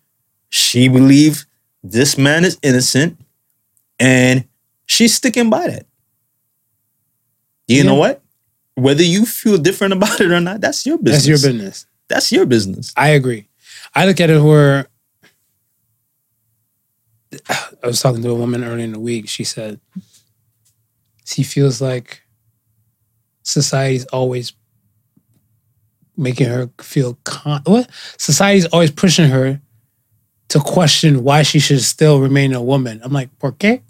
She believed this man is innocent and she's sticking by that. You know
Yeah.
what? Whether you feel different about it or not, that's your business.
That's your business.
That's your business.
I agree. I look at it where I was talking to a woman earlier in the week. She said she feels like society's always making her feel con. What society's always pushing her to question why she should still remain a woman. I'm like, por qué?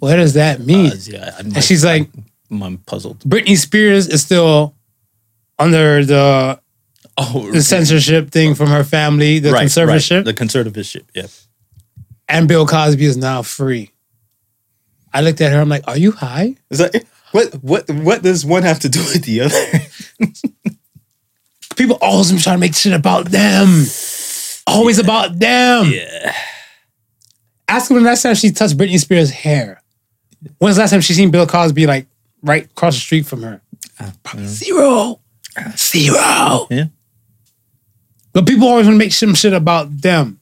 What does that mean?
yeah, I'm
and she's like,
I'm, I'm puzzled.
Britney Spears is still under the,
Oh,
the censorship thing from her family, the conservatorship,
the conservatorship. Yeah,
and Bill Cosby is now free. I looked at her. I'm like, "Are you high?"
it's like what what what does one have to do with the other?
People always been trying to make shit about them. Always about them. Yeah. Ask her when the last time she touched Britney Spears' hair. When's the last time she seen Bill Cosby like right across the street from her? Probably zero. Zero.
Yeah.
But people always want to make some shit about them.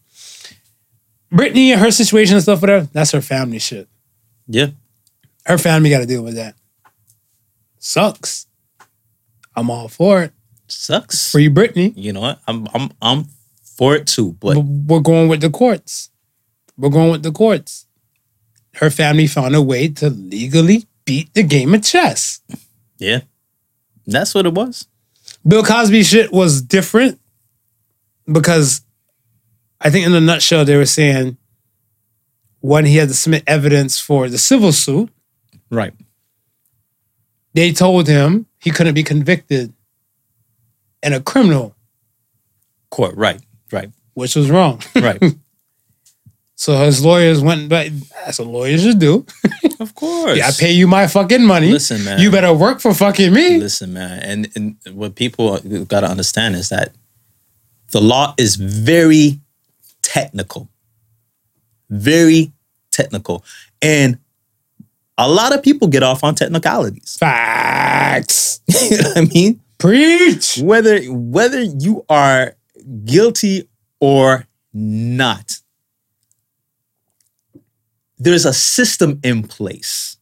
Britney and her situation and stuff, whatever, that's her family shit.
yeah,
Her family got to deal with that. Sucks. I'm all for it.
sucks.
Free Britney.
You know what? I'm I'm I'm for it too, but
But we're going with the courts. We're going with the courts. Her family found a way to legally beat the game of chess.
yeah, that's what it was.
Bill Cosby shit was different because I think in a nutshell they were saying one, he had to submit evidence for the civil suit.
Right.
They told him he couldn't be convicted in a criminal,
Court. Right. Right.
which was wrong.
Right.
So his lawyers went back. That's what lawyers should do.
of course.
I pay you my fucking money.
Listen, man.
You better work for fucking me.
Listen, man, and, and what people got to understand is that the law is very technical, very technical, and a lot of people get off on technicalities.
Facts.
you know what I mean,
Preach.
whether whether you are guilty or not, there's a system in place,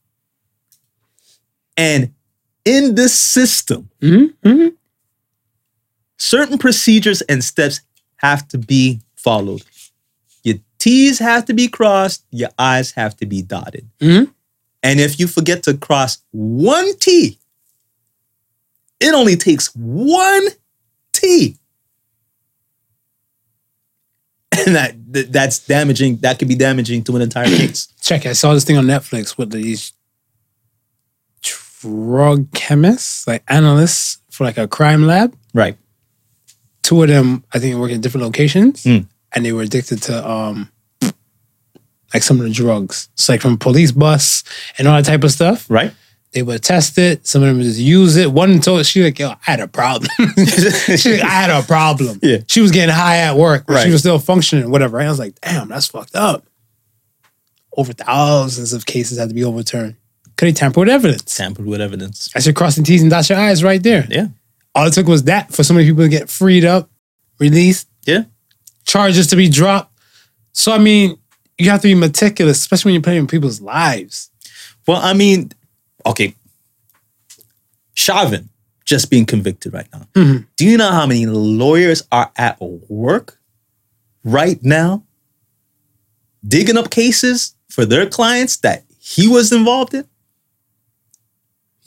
and in this system,
Mm-hmm.
certain procedures and steps have to be followed. Your T's have to be crossed, your I's have to be dotted.
Mhm.
And if you forget to cross one T, it only takes one T. And that, that that's damaging, that could be damaging to an entire case.
Check. it. I saw this thing on Netflix with these drug chemists, like analysts for like a crime lab.
right.
Two of them, I think, work in different locations,
Mm.
and they were addicted to um, like some of the drugs. It's like from police bus and all that type of stuff.
Right?
They would test it. Some of them would just use it. One told she like, "Yo, I had a problem. she like, I had a problem.
Yeah.
she was getting high at work, but she
Right.
was still functioning, whatever." And I was like, "Damn, that's fucked up." Over thousands of cases had to be overturned. Could they tamper with evidence?
Tampered with evidence.
That's your crossing T's and dot your I's right there.
Yeah.
All it took was that for so many people to get freed up, released,
Yeah.
charges to be dropped. So I mean, you have to be meticulous, especially when you're playing with people's lives.
Well, I mean, okay. Chauvin just being convicted right now.
Mm-hmm.
Do you know how many lawyers are at work right now digging up cases for their clients that he was involved in?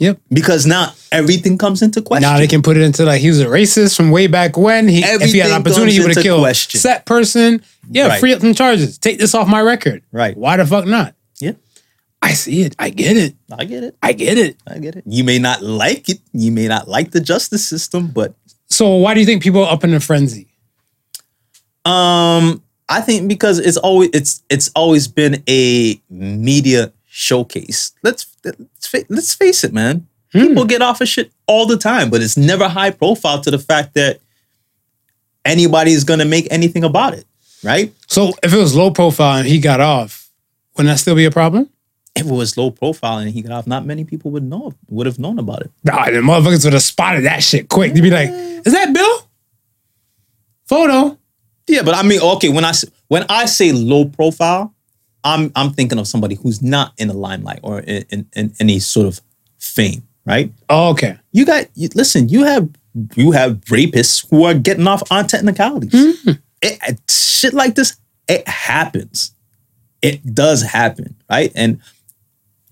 Yep.
Because now everything comes into question.
Now they can put it into like he was a racist from way back when. He, if he had
Everything
an opportunity, he
comes
would have
into
killed
question.
set person. Yeah,
Right.
free up some charges. Take this off my record.
Right.
Why the fuck not?
Yeah.
I see it. I get it.
I get it.
I get it.
I get it. You may not like it. You may not like the justice system, but
So why do you think people are up in a frenzy?
Um, I think because it's always it's it's always been a media showcase. Let's let's fa- let's face it, man. People get off of shit all the time, but it's never high profile to the fact that anybody's gonna make anything about it, right?
So if it was low profile and he got off, wouldn't that still be a problem?
If it was low profile and he got off, not many people would know would have known about it.
Nah, the motherfuckers would have spotted that shit quick. They'd be like, "Is that Bill? Photo?
Yeah, but I mean, okay, when I s- when I say low profile, I'm I'm thinking of somebody who's not in the limelight or in, in, in any sort of fame, right?
Oh, okay.
you got you, listen you have you have rapists who are getting off on technicalities it, it- shit like this it happens it does happen right and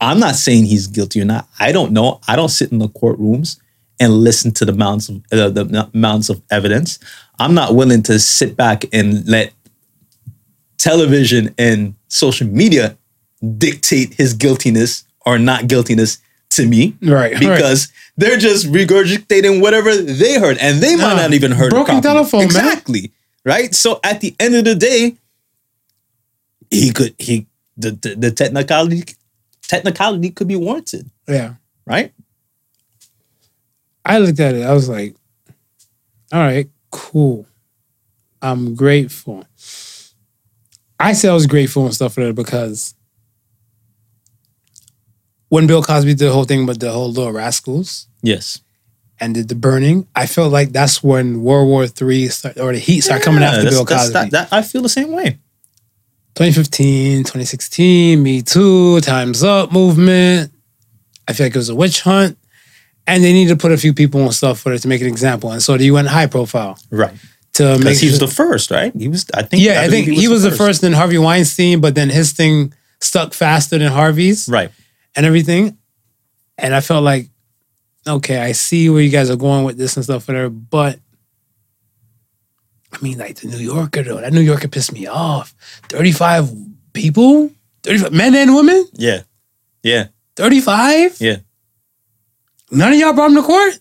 i'm not saying he's guilty or not i don't know i don't sit in the courtrooms and listen to the mounts of uh, the mounts of evidence. I'm not willing to sit back and let television and social media dictate his guiltiness or not guiltiness to me.
Right, right.
Because they're just regurgitating whatever they heard. And they might
Nah,
not even heard it
broken
properly.
telephone, man.
Exactly. Right? So at the end of the day, he could he the the, the technicality technicality could be warranted,
Yeah.
right?
I looked at it. I was like, all right, cool. I'm grateful. I say I was grateful and stuff for that because when Bill Cosby did the whole thing with the whole little rascals
Yes.
and did the burning, I felt like that's when World War Three start, or the heat started coming
Yeah,
after
that's-
Bill
that's-
Cosby.
that- that- I feel the same way.
2015, 2016, Me Too, Time's Up movement. I feel like it was a witch hunt. And they needed to put a few people on stuff for it to make an example. And so the UN high profile
Right.
to make
Because he was
sure-
the first, right? He was I think
yeah, I,
believe
think he was the first. Then Harvey Weinstein, but then his thing stuck faster than Harvey's
Right.
and everything. And I felt like, okay, I see where you guys are going with this and stuff, whatever. But I mean, like the New Yorker though, that New Yorker pissed me off. Thirty-five people, thirty-five men and women,
Yeah. Yeah.
thirty-five.
Yeah.
None of y'all brought him to court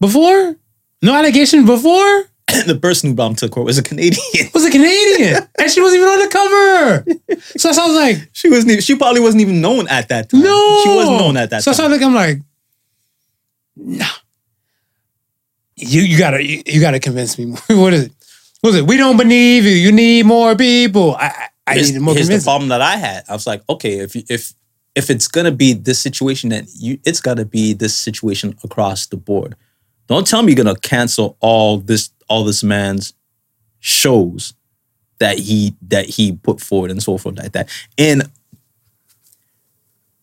before. No allegation before.
the person who brought him to court was a Canadian.
Was a Canadian, and she wasn't even on the cover. So I was like,
She wasn't. Even, she probably wasn't even known at that time.
No,
she wasn't known at that
So I
time.
started looking. I'm like, nah. You you gotta you, you gotta convince me. what is it? What is it? We don't believe you. You need more people. I I, I
Here's,
needed more
here's the
convincing.
problem that I had. I was like, okay, if you, if if it's gonna be this situation, that you it's gotta be this situation across the board. Don't tell me you're gonna cancel all this all this man's shows that he that he put forward and so forth like that. And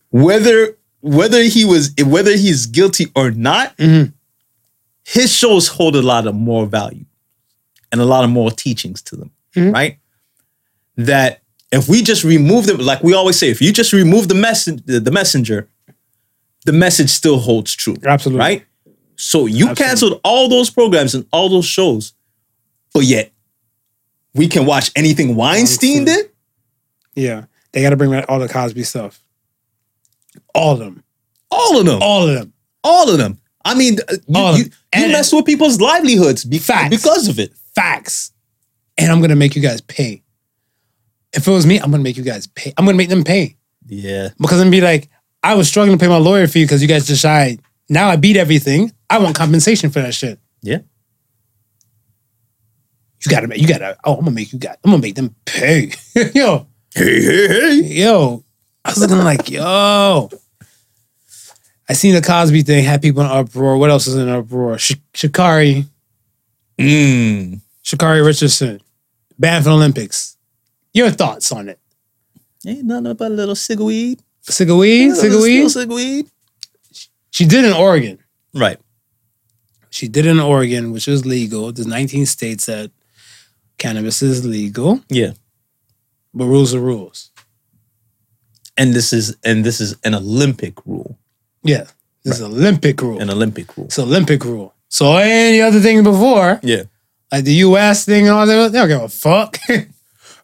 whether whether he was whether he's guilty or not, his shows hold a lot of moral value and a lot of moral teachings to them, right? That if we just remove them, like we always say, if you just remove the message, the the messenger, the message still holds true,
Absolutely.
right? So you canceled all those programs and all those shows, but yet we can watch anything Weinstein
Weinstein.
did.
Yeah, they gotta bring back all the Cosby stuff. All of them.
All of them.
All of them.
All of them. I mean, uh, you,
All of
you,
them.
you
And-
mess with people's livelihoods be-
Facts.
because of it.
Facts. And I'm gonna make you guys pay. If it was me, I'm gonna make you guys pay. I'm gonna make them pay.
Yeah.
because I'm be like, I was struggling to pay my lawyer fee because you guys decide now I beat everything. I want compensation for that shit.
Yeah.
You gotta, you gotta. Oh, I'm gonna make you guys. I'm gonna make them pay. yo,
Hey, hey, hey.
yo. I was looking like, yo. I seen the Cosby thing had people in uproar. What else is in uproar? Sh- Shikari,
Mm.
Shikari Richardson, banned from Olympics. Your thoughts on it?
Ain't nothing but a little cigweed.
Sick of weed? Sick of weed?
Little cigweed.
She did in Oregon.
Right.
She did it in Oregon, which is legal. There's 19 states that cannabis is legal,
Yeah.
but rules are rules.
And this is and this is an Olympic rule.
Yeah. This is Olympic rule.
An Olympic rule.
it's Olympic rule. So any other thing before,
Yeah.
like the US thing and all that, they don't give a fuck.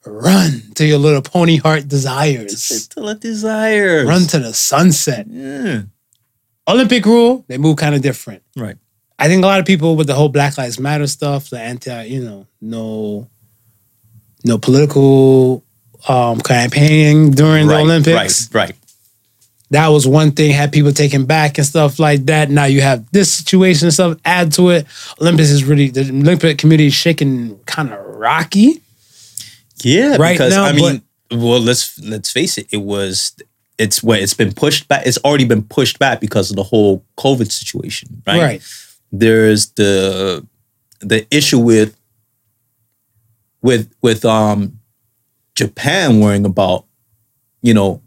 Run to your little pony heart desires.
Still a desire.
Run to the sunset.
Yeah.
Olympic rule, they move kind of different.
Right.
I think a lot of people with the whole Black Lives Matter stuff, the anti, you know, no, no political um, campaigning during the
right.
Olympics.
Right. Right.
That was one thing. Had people taken back and stuff like that. Now you have this situation and stuff. Add to it, Olympics is really the Olympic community is shaking kind of rocky.
Yeah,
right
because
now,
I mean, well, let's let's face it. It was it's what it's been pushed back. It's already been pushed back because of the whole COVID situation, right? There's the the issue with with with um Japan worrying about, you know,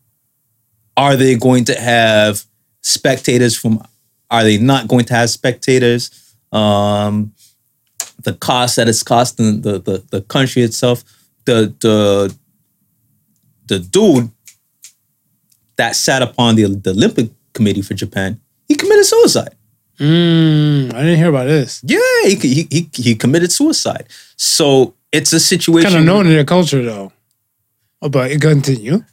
are they going to have spectators from? Are they not going to have spectators? Um, the cost that it's costing the the, the country itself. The the the dude that sat upon the, the Olympic Committee for Japan, he committed suicide.
Mm, I didn't hear about this.
Yeah, he he he, he committed suicide. So it's a situation.
Kind of known in their culture though. Oh, but it continue.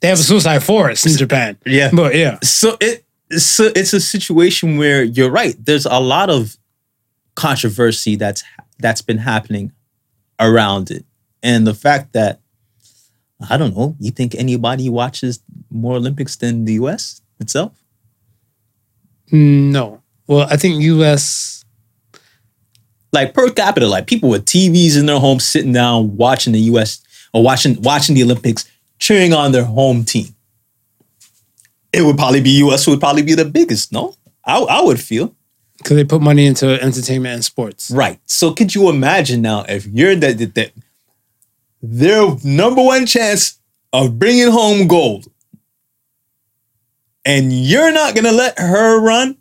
They have a suicide forest in Japan.
Yeah.
but yeah,
So it so it's a situation where you're right. There's a lot of controversy that's that's been happening around it, and the fact that I don't know. You think anybody watches more Olympics than the U.S. itself?
no. Well, I think U.S.
Like per capita, like people with TVs in their home sitting down watching the U.S. or watching watching the Olympics, cheering on their home team. It would probably be U.S. would probably be the biggest. No, I I would feel.
because they put money into entertainment and sports.
Right. So could you imagine now if you're that that, that their number one chance of bringing home gold, and you're not gonna let her run?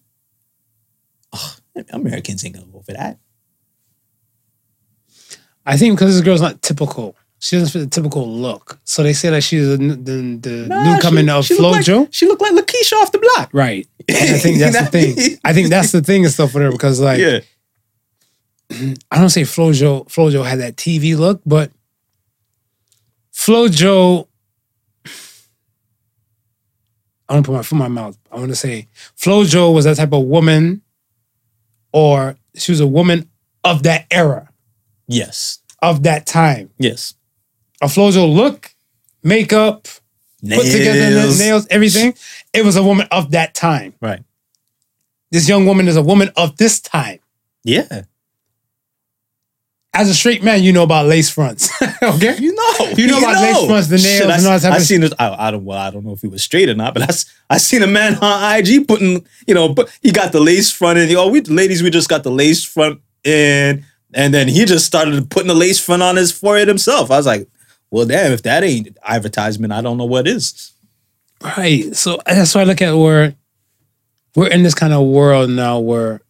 Ugh, Americans ain't gonna go for that.
I think because this girl's not typical. She doesn't fit the typical look. So they say that she's a, n- the, the
Nah,
new coming of
look like-
Flojo.
she looked like Lakeisha off the block.
right. And I think
You
that's the
know what I
thing.
mean?
I think that's the thing and stuff with her because like
Yeah.
I don't say Flojo Flojo had that TV look, but Flojo I don't put my foot in my mouth. I want to say Flojo was that type of woman or she was a woman of that era,
Yes.
of that time.
Yes.
A Flojo look, makeup, put together nails. nails, everything. It was a woman of that time.
Right.
This young woman is a woman of this time.
Yeah.
As a straight man, you know about lace fronts. okay.
You know,
You know about lace fronts, the nails,
I,
and all that type
I
of-
seen this. I, I don't. Well, I don't know if he was straight or not, but I, s- I seen a man on IG putting. You know, but he got the lace front, and oh, we ladies, we just got the lace front in, and then he just started putting the lace front on his forehead himself. I was like, well, damn, if that ain't advertisement, I don't know what is.
Right. So that's why I look at where we're in this kind of world now where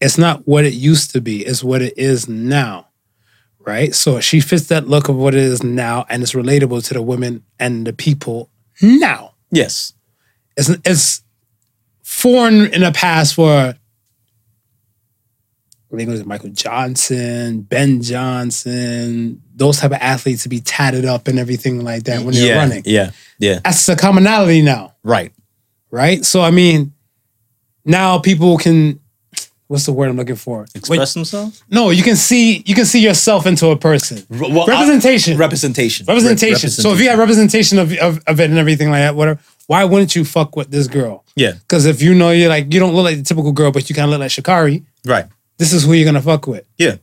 it's not what it used to be, it's what it is now. Right. So she fits that look of what it is now and it's relatable to the women and the people now.
Yes,
it's it's foreign in the past for I think it was Michael Johnson, Ben Johnson, those type of athletes to be tatted up and everything like that when they're
yeah,
running.
yeah, yeah.
That's a commonality now,
Right.
right? So I mean, now people can what's the word I'm looking for? Wait,
Express themselves.
no, you can see you can see yourself into a person.
Well, I-
representation.
representation.
representation.
Re-
So if you have representation of, of of it and everything like that, whatever, why wouldn't you fuck with this girl?
yeah,
Because if you know you're like you don't look like the typical girl, but you kind of look like Shikari,
right.
this is who you're gonna fuck with.
Yeah,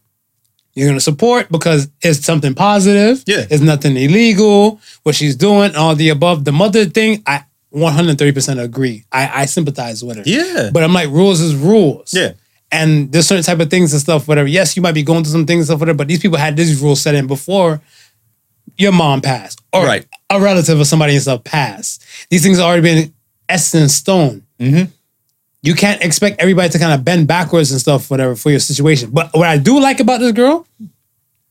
You're gonna support because it's something positive.
Yeah.
it's nothing illegal. What she's doing, all the above. The mother thing, I 130 percent agree. I I sympathize with her.
Yeah.
but I'm like rules is rules.
Yeah.
and there's certain type of things and stuff. Whatever. Yes, you might be going through some things and stuff. Whatever. But these people had these rules set in before your mom passed or
Right.
a relative or somebody and stuff passed. These things have already been etched in stone
Mm-hmm.
you can't expect everybody to kind of bend backwards and stuff, whatever, for your situation. But what I do like about this girl,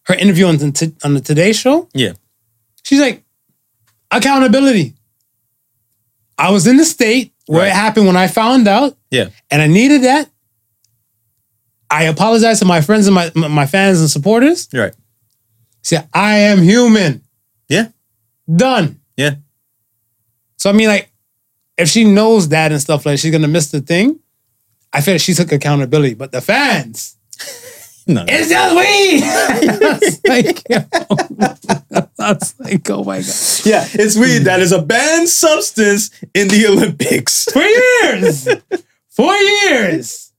her interview on the, t- on the Today Show,
yeah,
she's like, accountability. I was in the state where it
Right.
happened when I found out,
yeah,
and I needed that. I apologize to my friends and my, my my fans and supporters.
You're right.
See, I am human.
Yeah,
Done.
yeah,
So I mean, like, if she knows that and stuff like, she's gonna miss the thing. I feel like she took accountability, but the fans,
no, no.
it's just we. I was like, I was like, oh my god,
yeah. It's weed that is a banned substance in the Olympics.
four years, four years,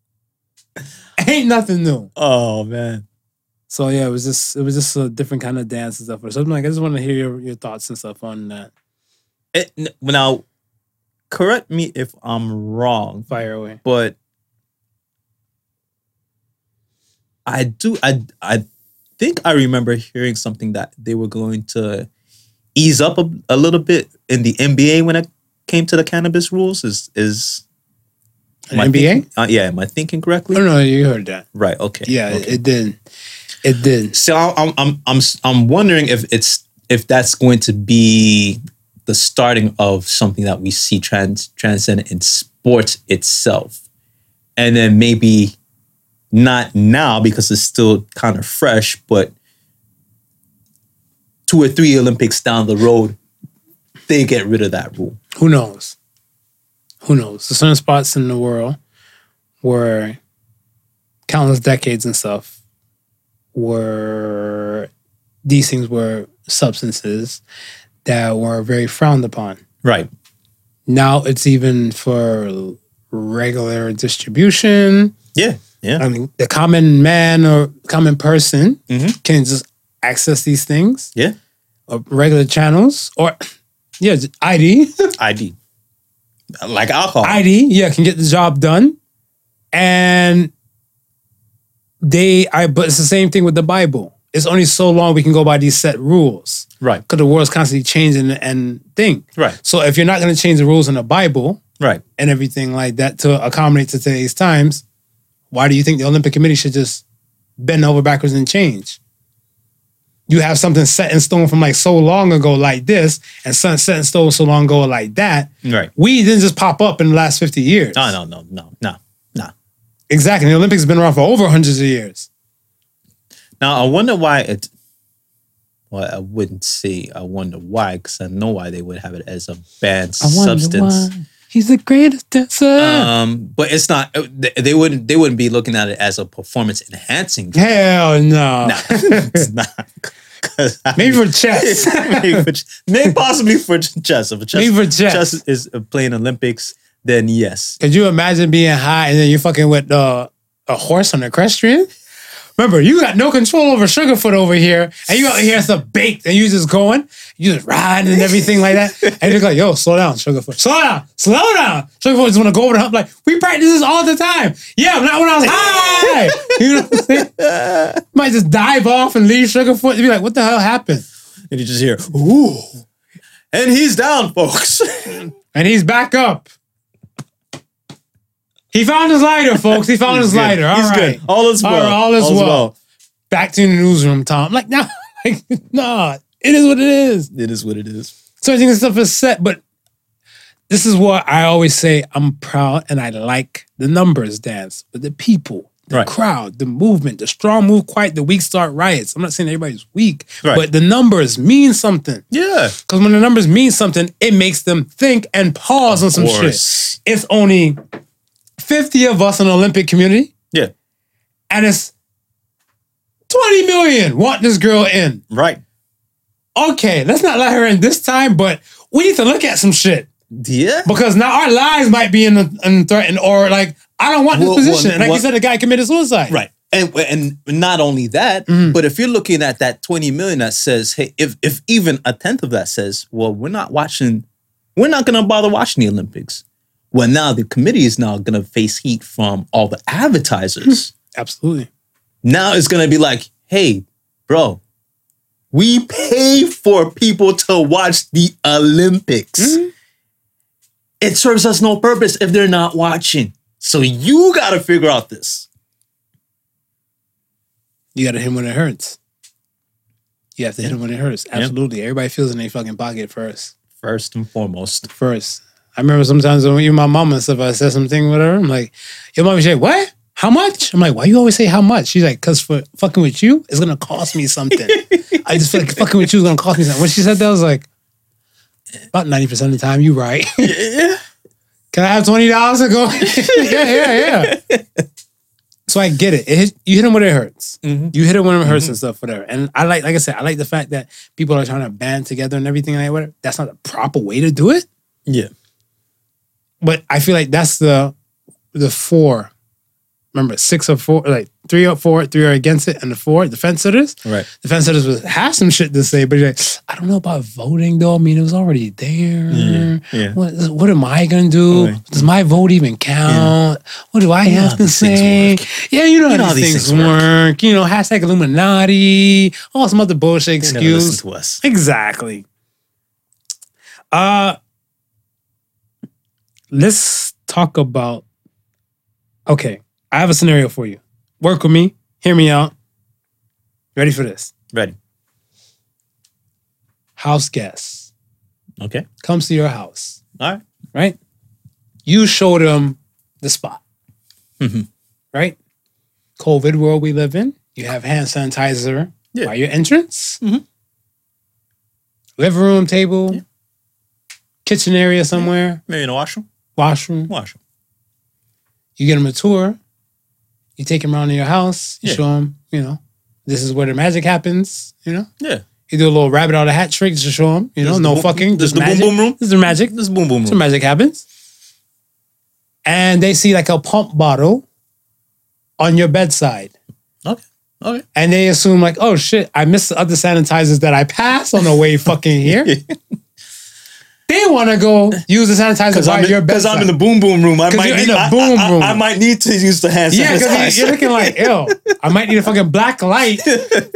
ain't nothing new.
Oh man.
So yeah, it was just it was just a different kind of dance and stuff. So I'm like, I just want to hear your, your thoughts and stuff on that.
It, n- now, correct me if I'm wrong,
Fire away.
but I do. I I think I remember hearing something that they were going to ease up a, a little bit in the NBA when it came to the cannabis rules. Is is
An
my
NBA?
thinking- uh, yeah, am I thinking
I
correctly?
don't know. You heard that?
Right. Okay.
Oh, Yeah,
Okay.
it did. It did.
So I'm I'm I'm I'm wondering if it's if that's going to be the starting of something that we see trans transcend in sports itself, and then maybe not now because it's still kind of fresh, but two or three Olympics down the road, they get rid of that rule.
Who knows? Who knows? There's certain spots in the world where countless decades and stuff were these things were substances that were very frowned upon.
Right.
Now it's even for regular distribution.
Yeah. Yeah.
I mean, the common man or common person
Mhm.
can just access these things,
Yeah.
or regular channels, or yeah, ID,
ID. Like alcohol.
ID, yeah, can get the job done, and they, I, but it's the same thing with the Bible. It's only so long we can go by these set rules
right.
because the world's constantly changing and thing.
Right.
So if you're not going to change the rules in the Bible
Right.
and everything like that to accommodate to today's times, why do you think the Olympic Committee should just bend over backwards and change? You have something set in stone from like so long ago, like this, and something set in stone so long ago, like that.
Right.
We didn't just pop up in the last 50 years.
No, no, no, no, no, no.
Exactly. The Olympics has been around for over hundreds of years.
Now I wonder why it. Well, I wouldn't say I wonder why, because I know why they would have it as a banned substance.
He's the greatest dancer.
Um, but it's not. they- They wouldn't. They wouldn't be looking at it as a performance enhancing. drug.
Hell no.
Nah, it's not. 'Cause I-
Maybe for chess.
maybe, for, ch- maybe possibly for ch- chess. If chess,
Maybe for chess.
is uh, playing Olympics, then yes.
Could you imagine being high and then you're fucking with uh, a horse on equestrian? Remember, you got no control over Sugarfoot over here, and you out here it's a baked, and you just going, you just riding and everything like that. And you're like, yo, slow down, Sugarfoot. Slow down, slow down. Sugarfoot just wanna go over the hump like, we practice this all the time. Yeah, but not when I was high. You know what I'm saying? Might just dive off and leave Sugarfoot and be like, what the hell happened?
And you just hear ooh, and he's down, folks.
And he's back up. He found his lighter, folks. He found his
Good.
lighter. All
he's
right.
good. All is
All
well.
right, all is well. Back to the newsroom, Tom. Like, no, like, nah, it is what it is.
It is what it is.
So I think this stuff is set, but this is what I always say I'm proud and I like the numbers dance, but the people, the
Right.
crowd, the movement, the strong move quiet, the weak start riots. I'm not saying everybody's weak,
Right.
but the numbers mean something.
Yeah.
Because when the numbers mean something, it makes them think and pause on some
course.
shit. It's only 50 of us in the Olympic community,
Yeah.
and it's 20 million want this girl in.
Right.
Okay, let's not let her in this time, but we need to look at some shit.
Yeah.
Because now our lives might be in, the, in threatened, or like, I don't want this
Well,
position.
well,
like you
what-
said, the guy committed suicide.
Right. And and not only that, but if you're looking at that 20 million that says, hey, if if even a tenth of that says, well, we're not watching, we're not gonna bother watching the Olympics. Well, now the committee is now gonna face heat from all the advertisers.
Absolutely.
now it's gonna be like, hey, bro, we pay for people to watch the Olympics. It serves us no purpose if they're not watching. So you gotta figure out this.
You got to hit him when it hurts. You have to hit him when it hurts. Absolutely. Everybody feels in their fucking pocket first.
First and foremost.
first. I remember sometimes when even my mom and stuff, I said something with her. I'm like, your mom, she's like, what? How much? I'm like, why you always say how much? She's like, because for fucking with you, it's gonna cost me something. I just feel like fucking with you is gonna cost me something. When she said that, I was like, about 90% of the time, you right. Can I have $20 to go? yeah, yeah, yeah. So I get it. it hit, you hit them when it hurts. You hit it when it hurts and stuff, whatever. And I like, like I said, I like the fact that people are trying to band together and everything like whatever. That's not the proper way to do it
Yeah.
but I feel like that's the the four. Remember, six or four, like three or four, three are against it, and the four, the fence sitters.
Right.
The fence sitters was have some shit to say, but you're like, I don't know about voting though. I mean, it was already there.
yeah.
What, what am I gonna do?
Right.
Does my vote even count? What do I have
how
to
these things
say?
work.
Yeah, you know,
You know
how, these things, work. You know, hashtag Illuminati, all some other bullshit
Never listen
excuse.
to us.
Exactly. Uh let's talk about Okay, I have a scenario for you. Work with me, hear me out. Ready for this?
Ready.
House guest
Okay.
comes to your house,
All right.
right? You show them the spot.
Mm-hmm.
right? COVID world we live in, you have hand sanitizer
Yeah. Mm-hmm.
by your entrance, living room table, kitchen area somewhere,
Maybe in the washroom.
washroom.
Washroom.
You get them a tour, you take them around to your house, you
Yeah.
show them, you know, this is where the magic happens, you know.
Yeah.
You do a little rabbit out of hat trick to show them, you know,
This is
no
the boom-
fucking.
this
just
is the boom,
magic.
boom room.
This is the magic.
This is boom boom
So
room.
magic happens. And they see like a pump bottle on your bedside.
Okay. Okay.
And they assume like, oh shit, I missed the other sanitizers that I passed on the way fucking here. they want to go use the sanitizer
Because
by
I'm,
your
in- 'cause
bedside.
I'm in the boom boom room. I
'Cause
might
you're in
need,
the
I-
boom
I, I-
room.
I might need to use the hand
yeah, because you're
sanitizer.
looking like, ill. I might need a fucking black light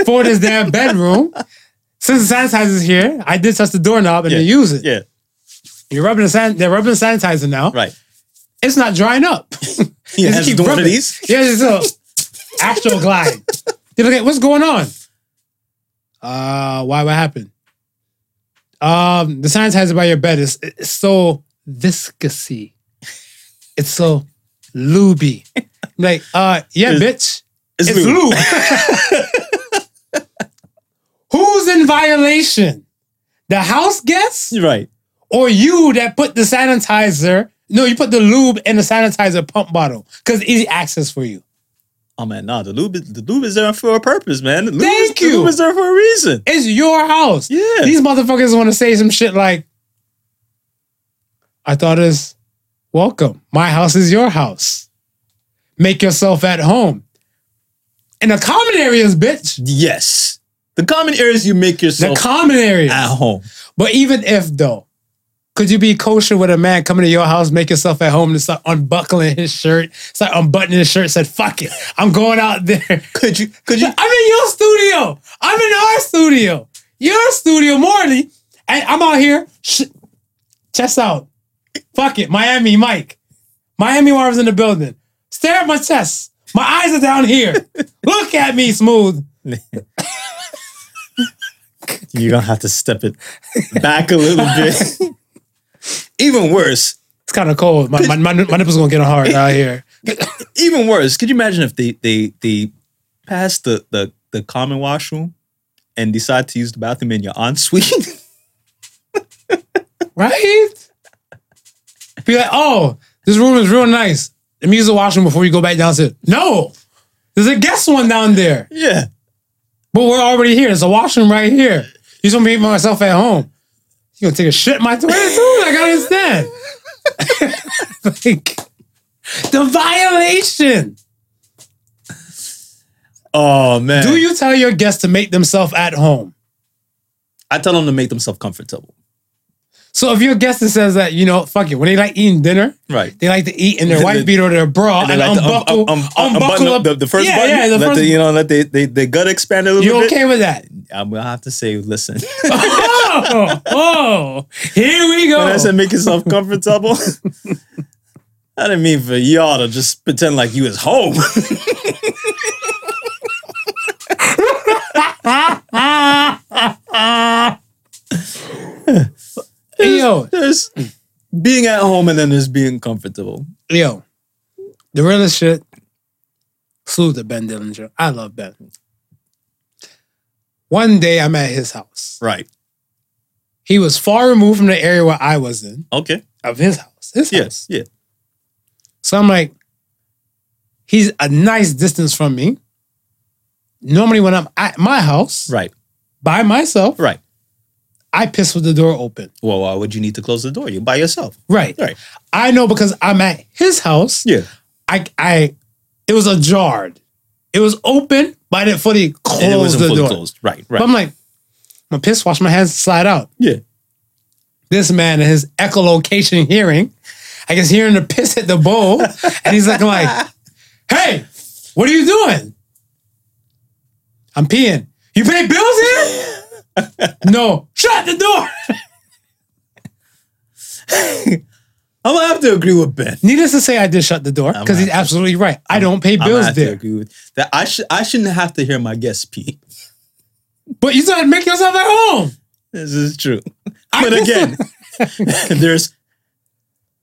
for this damn bedroom. Since the sanitizer's here, I did touch the doorknob and
Yeah.
they use it.
Yeah.
You're rubbing the san- they're rubbing the sanitizer now.
Right.
It's not drying up.
He
Just
has
keep
one of
rubbing.
these.
Yeah, it's a astral glide. They look at what's going on. Uh, why? What happened? Um, the sanitizer by your bed is it's so viscousy. It's so luby. Like, uh, yeah, bitch,
It's,
it's
lube.
lube. Who's in violation? The house guests
You're Right.
or you that put the sanitizer? No, you put the lube in the sanitizer pump bottle because easy access for you.
Oh man, nah. The lube, is- the lube is there for a purpose, man. The lube
Thank
is, The
you.
lube is there for a reason.
It's your house.
Yeah.
These motherfuckers want to say some shit like, I thought it's welcome. My house is your house. Make yourself at home. In the common areas, bitch.
Yes. The common areas you make
The
yourself
common areas.
at home.
But even if though, could you be kosher with a man coming to your house, make yourself at home, and start unbuckling his shirt, start unbuttoning his shirt, said, fuck it. I'm going out there.
Could you? Could you?
I'm in your studio. I'm in our studio. Your studio, Morley. And I'm out here, sh- chest out. Fuck it. Miami Mike. Miami Marvin's in the building. Stare at my chest. My eyes are down here. Look at me, smooth.
You're gonna have to step it back a little bit. even worse.
It's kind of cold. My, my, my, my nipples going to get hard out here.
Even worse. Could you imagine if they they they pass the the the common washroom and decide to use the bathroom in your ensuite?
Right? Be like, oh, this room is real nice. Let me use the washroom before you go back downstairs. No. There's a guest one down there.
yeah.
But we're already here. There's a washroom right here. You just want me to be myself at home. You gonna take a shit in my toilet, dude? I gotta understand. like the violation.
Oh man.
Do you tell your guests to make themselves at home?
I tell them to make themselves comfortable.
So if your guest says that, you know, fuck it, when they like eating dinner,
Right.
They like to eat in their
And
white
then-
beater or their bra and,
And like to
unbuckle,
um, um, um,
unbuckle
unbutton
up
the, the first
yeah,
button.
Yeah, the
let
first.
the, you know, let they they they gut expand a little
you
bit.
okay with that?
I'm gonna have to say, listen.
oh, oh, here we go.
When I said make yourself comfortable, I didn't mean for y'all to just pretend like you was home.
yo,
there's being at home and then there's being comfortable.
yo, the realest shit. Salute to Ben Dillinger. I love Ben. One day I'm at his house.
Right.
He was far removed from the area where I was in,
Okay.
of his house. His house.
Yes. Yeah.
So I'm like, he's a nice distance from me. Normally, when I'm at my house
Right.
by myself,
Right.
I piss with the door open.
Well, why would you need to close the door? You're by yourself.
Right.
Right.
I know because I'm at his house.
Yeah.
I, I, it was ajarred. It was open, but I didn't fully
And it
close
wasn't
the
fully
door.
closed. Right.
But
Right.
I'm like, my piss, wash my hands, slide out.
yeah.
This man and his echolocation hearing, I guess hearing the piss hit the bowl, and he's looking like, "Hey, what are you doing? I'm peeing. You pay bills here? no. Shut the door."
I'm gonna have to agree with Ben.
Needless to say, I did shut the door because he's absolutely right. I don't pay
I'm gonna
bills
have to
there.
agree with that. I should I shouldn't have to hear my guests pee.
But you said make yourself at home.
This is true.
I
But
just-
again, there's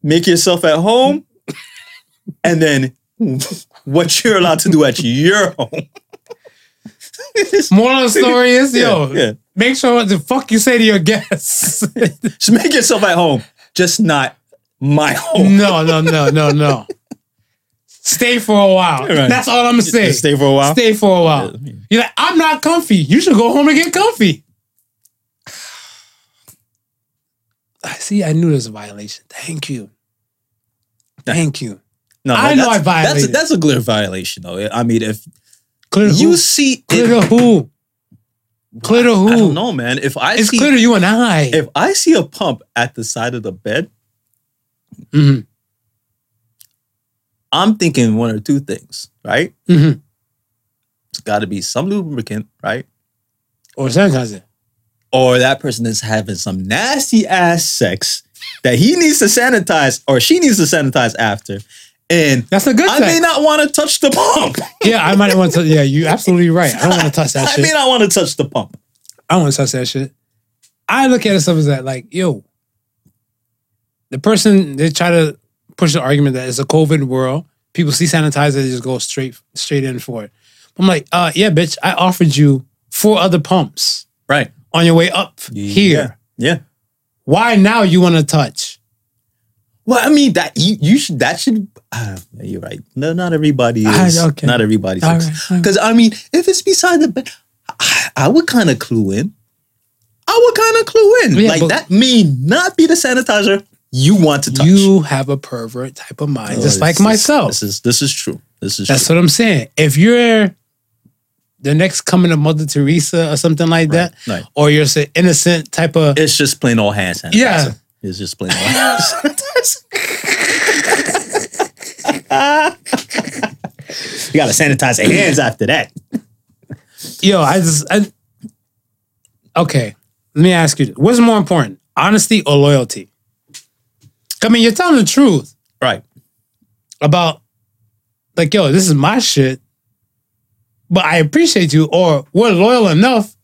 make yourself at home and then what you're allowed to do at your home.
Moral of the story is, yo,
yeah.
make sure what the fuck you say to your guests.
Just make yourself at home, just not my home.
no, no, no, no, no. Stay for a while.
Right.
That's all I'm gonna say.
Just stay for a while.
Stay for a while. You're like, I'm not comfy. You should go home and get comfy. I see. I knew there was a violation. Thank you. Thank you.
No,
I know I
that's- That's a,
violated.
that's a clear violation, though. I mean, if
Clear to
you
who?
see,
Clear to
it,
who? Clear to who?
I don't know, man. If I
It's
see,
clear to you and I.
if I see a pump at the side of the bed,
Mhm.
I'm thinking one or two things, right?
Mhm.
It's got to be some lubricant, right?
Or sanitizer.
Or that person is having some nasty ass sex that he needs to sanitize or she needs to sanitize after, and
That's a good
I may
thing.
not want to touch the pump.
Yeah, I might want to. Yeah, you're absolutely right. I don't want to touch that
I
shit.
may not want to touch the pump.
I don't want to touch that shit. I look at it stuff as that, like, yo, the person they try to push the argument that it's a COVID world. People see sanitizer, they just go straight straight in for it. I'm like, uh, yeah, bitch, I offered you four other pumps
Right
on your way up here.
Yeah.
Why now you want to touch?
Well, I mean that you you should that should uh, you're right. No, not everybody
Ah,
is.
okay.
Not everybody
All
is.
right, all right.
Because I mean, if it's beside the bed, I, I would kind of clue in. I would kind of clue in.
Yeah,
like
but-
that may not be the sanitizer you want to touch.
You have a pervert type of mind,
Oh,
just like
this is-
myself.
This is this is true. This is
That's
true.
what I'm saying. If you're the next coming of Mother Teresa or something like that,
right.
or you're an innocent type of
it's just plain old hand sanitizer.
Yeah.
It's just plain old hand sanitizer. you gotta sanitize your hands after that.
yo, I just I, okay. Let me ask you: this. What's more important, honesty or loyalty? I mean, you're telling the truth
Right.
about like, yo, this is my shit, but I appreciate you, or we're loyal enough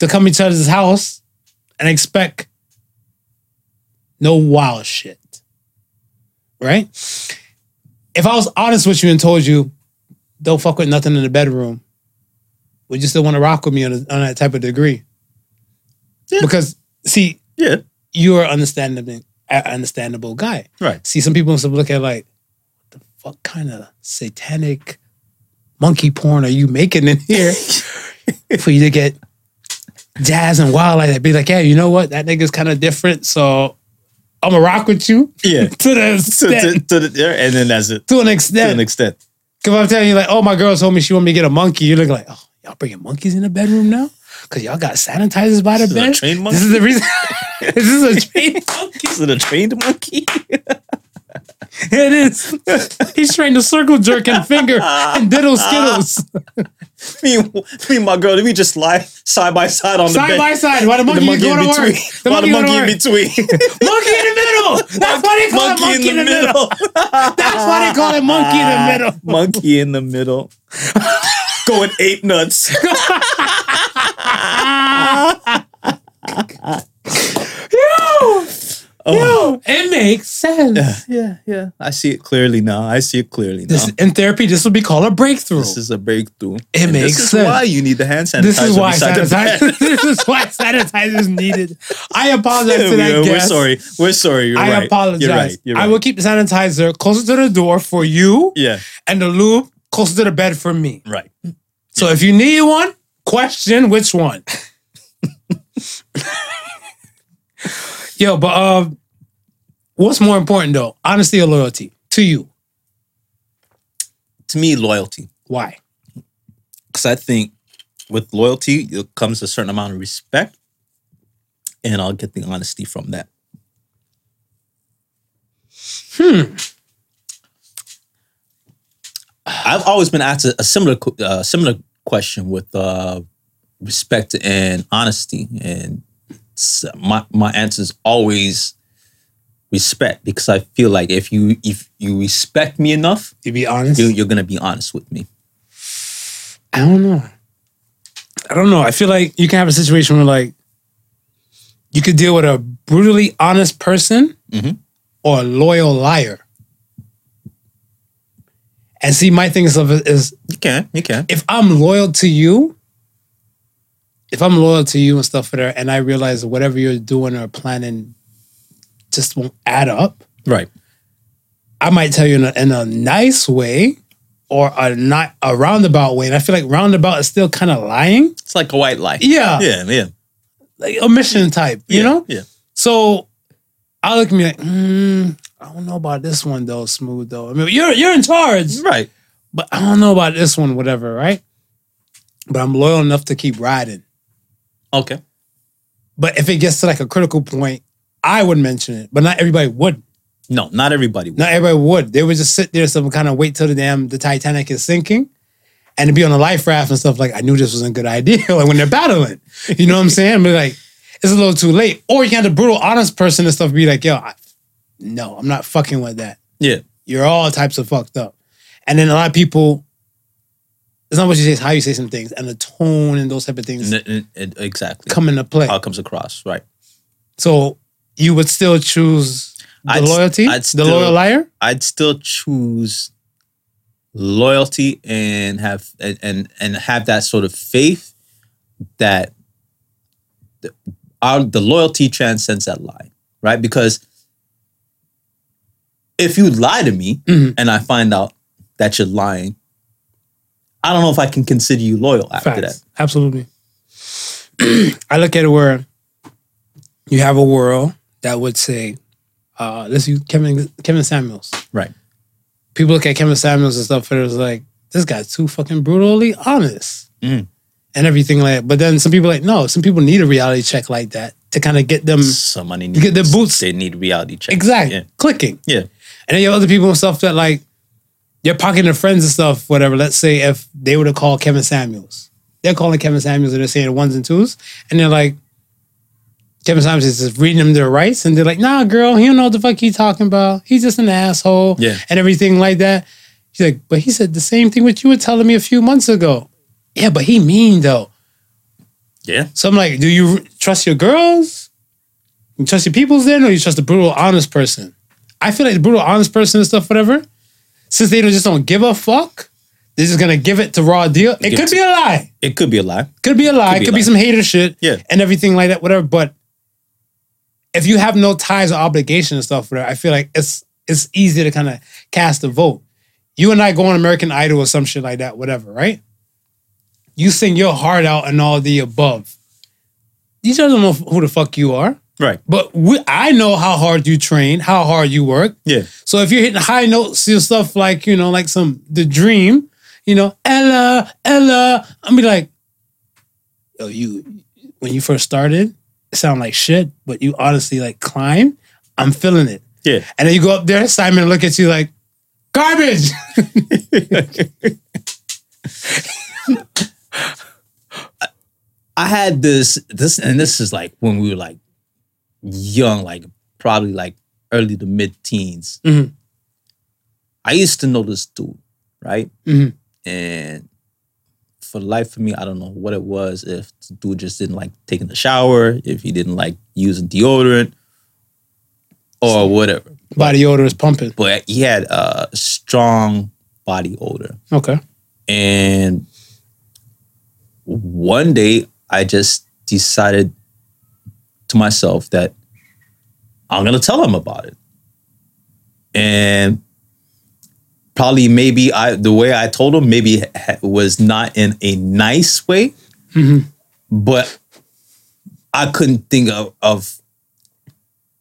to come each other's house and expect no wild shit, right? If I was honest with you and told you, don't fuck with nothing in the bedroom, would you still want to rock with me on, a, on that type of degree?
Yeah.
Because see,
Yeah.
you are understandable, a understandable guy.
Right.
See, some people look at like, what the fuck kind of satanic monkey porn are you making in here for you to get jazz and wild like that? Be like, yeah, you know what? That nigga's kind of different, so I'm gonna rock with you to
Yeah.
the
to, to,
extent,
to the, there, and then that's it.
to an
To an
extent.
extent.
Because I'm telling you, like, oh, my girl told me she wanted me to get a monkey. You look like, oh, y'all bringing monkeys in the bedroom now? Because y'all got sanitizers by the
is a
bed?
trained
This is the reason. this is a trained monkey.
Is it a trained monkey?
It is. He's trained to circle jerk and finger and diddle skittles.
me, and- me and my girl, we just lie side by side on the
Side
bed.
by side. Why the monkey,
the monkey
go
in
to work?
between.
The
While the
monkey, go to
monkey in
work.
between.
Monkey in the middle. That's why they call it monkey in the middle. That's why they call it monkey in the middle.
monkey in the middle. Going ape nuts.
Yo, it makes sense.
Ah. Yeah, yeah. Oh. I see it clearly now. I see it clearly now.
This, in therapy, this would be called a breakthrough.
This is a breakthrough. It
makes
This is
sense.
why you need the hand sanitizer.
This is why
beside the bed.
sanitizer. this is why sanitizer is needed. I apologize to
we're,
that
we're
guest.
sorry. We're sorry. You're
I
right.
apologize.
You're right. You're right.
I will keep the sanitizer closer to the door for you,
Yeah.
and the lube closer to the bed for me.
Right.
So if you need one, question which one. Yo, but uh, what's more important though, honesty or loyalty to you?
To me, loyalty.
Why?
because I think with loyalty it comes a certain amount of respect, and I'll get the honesty from that. Hmm. I've always been asked a, a similar qu- uh, similar question with uh, respect and honesty, and s- my my answer is always respect because I feel like if you if you respect me enough,
To be honest,
you, you're gonna be honest with me.
I don't know. I don't know. I feel like you can have a situation where like you could deal with a brutally honest Mm-hmm. person or a loyal liar. as he might think of it is
You can, you can.
if I'm loyal to you, if I'm loyal to you and stuff for there, and I realize that whatever you're doing or planning just won't add up,
Right.
I might tell you in a, in a nice way or a not a roundabout way. And I feel like roundabout is still kind of lying.
It's like a white lie.
Yeah.
Yeah, yeah.
Like omission type, you
yeah,
know?
Yeah.
So I look at me like, mm, I don't know about this one though, smooth though. I mean, you're you're in charge.
Right.
but I don't know about this one, whatever, right? But I'm loyal enough to keep riding.
Okay.
But if it gets to like a critical point, I would mention it, but not everybody would.
No, not everybody. would.
Not everybody would. They would just sit there, some kind of wait till the damn the Titanic is sinking, and to be on a life raft and stuff like I knew this wasn't a good idea. like when they're battling, you know what I'm saying? But like it's a little too late. Or you can have the brutal, honest person and stuff be like, "Yo, I, no, I'm not fucking with that."
Yeah.
you're all types of fucked up. And then a lot of people, it's not what you say, it's how you say some things and the tone and those type of things
N- n- n- exactly.
come into play.
How it comes across. Right.
So you would still choose the
I'd s-
loyalty,
I'd still-
the loyal liar?
I'd still choose loyalty and have and and, and have that sort of faith that the, our, the loyalty transcends that lie, right? Because if you lie to me
Mhm.
and I find out that you're lying, I don't know if I can consider you loyal after
Facts. Absolutely. I look at it where you have a world that would say, uh, let's use Kevin Kevin Samuels.
that. Right.
people look at Kevin Samuels and stuff, and it was like, this guy's too fucking brutally honest
Mm.
and everything like that. But then some people are like, no, some people need a reality check like that to kind of get them
Somebody needs
Mm-hmm. get their boots-
They need reality checks.
exactly
Yeah.
clicking.
yeah.
And then you have other people and stuff that like you're pocketing their friends and stuff, whatever. Let's say if they were to call Kevin Samuels. They're calling Kevin Samuels and they're saying ones and twos. And they're like, Kevin Samuels is just reading them their rights. And they're like, nah, girl, he don't know what the fuck he talking about. He's just an asshole.
Yeah.
And everything like that. He's like, but he said the same thing what you were telling me a few months ago. Yeah, but he mean though.
Yeah.
So I'm like, do you trust your girls? You trust your peoples then, or you trust the brutal, honest person? I feel like the brutal, honest person and stuff, whatever, since they don't, just don't give a fuck, they're just gonna give it to raw deal. It
Give
could
it
be a lie.
It could be a lie.
Could be a lie.
Could be a
Could be,
lie.
some hater shit.
Yeah.
And everything like that, whatever. But if you have no ties or obligation and stuff, whatever, I feel like it's it's easy to kind of cast a vote. You and I go on American Idol or some shit like that, whatever, right? You sing your heart out and all the above. You just don't know who the fuck you are.
Right.
But we, I know how hard you train, how hard you work.
Yeah.
So if you're hitting high notes, your stuff like you know, like some the dream, you know, Ella, Ella, I'm be like, yo, you when you first started, it sound like shit, but you honestly like climb. I'm feeling it,
Yeah.
and then you go up there, Simon look at you like garbage.
I had this this and this is like when we were like young, like probably like early to mid teens.
Mhm.
I used to know this dude, right?
Mhm.
And for the life of me, I don't know what it was. If the dude just didn't like taking a shower, if he didn't like using deodorant, or whatever.
Body odor is pumping.
But he had a strong body odor.
Okay,
And one day I just decided to myself that I'm going to tell him about it. And probably maybe I the way I told him maybe ha- was not in a nice way, but I couldn't think of, of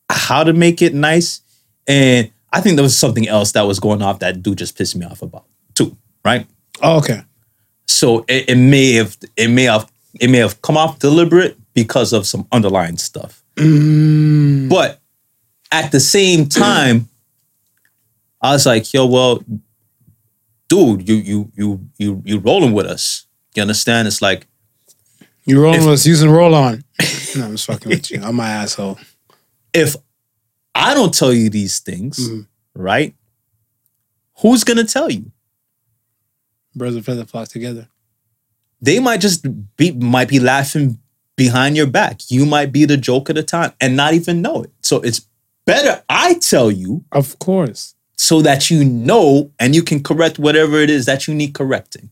how to make it nice. And I think there was something else that was going off that dude just pissed me off about too, right?
oh, okay,
So it, it may have it may have it may have come off deliberate because of some underlying stuff. But at the same time, I was like, yo, well, dude, you you you you you rolling with us. You understand? It's like,
you rolling
If-
with us using roll on. no, I'm just fucking with you. I'm my asshole.
if I don't tell you these things, right? Who's gonna tell you?
Birds of a feather flock together.
they might just be might be laughing behind your back. You might be the joke at the time and not even know it. So it's better I tell you
Of course.
so that you know and you can correct whatever it is that you need correcting.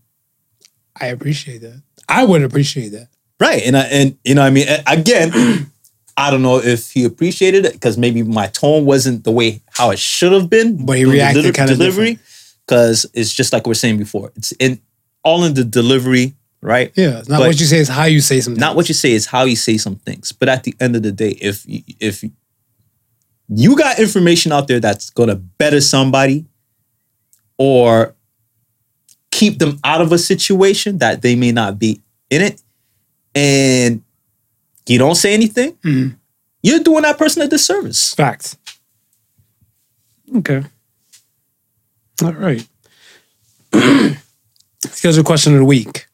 I appreciate that. I would appreciate that.
Right. And I and you know what I mean A- again, I don't know if he appreciated it because maybe my tone wasn't the way how it should have been.
But he
The
reacted
deli-
kinda
delivery. Because it's just like we we're saying before. It's in all in the delivery, right?
Yeah, it's not
But-
what you say; it's how you say something.
Not what you say, it's how you say some things. But at the end of the day, if y- if you got information out there that's gonna better somebody or keep them out of a situation that they may not be in it, and you don't say anything,
Mhm.
you're doing that person a disservice.
Facts. Okay. All right. Schedule question of the week.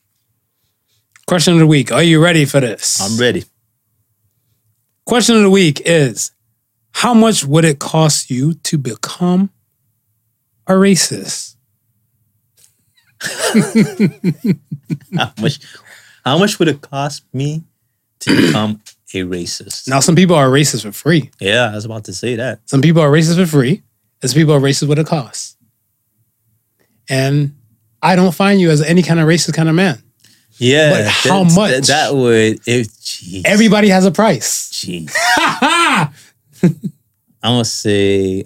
Question of the week. Are you ready for this?
I'm ready.
Question of the week is How much would it cost you to become a racist?
How much, how much would it cost me to become a racist?
Now, some people are racist for free.
Yeah, I was about to say that.
Some people are racist for free, and some people are racist with a cost. And I don't find you as any kind of racist kind of man.
Yeah,
But how
that-
much?
That, that would if jeez,
Everybody has a price.
jeez.
Ha
I'm gonna say,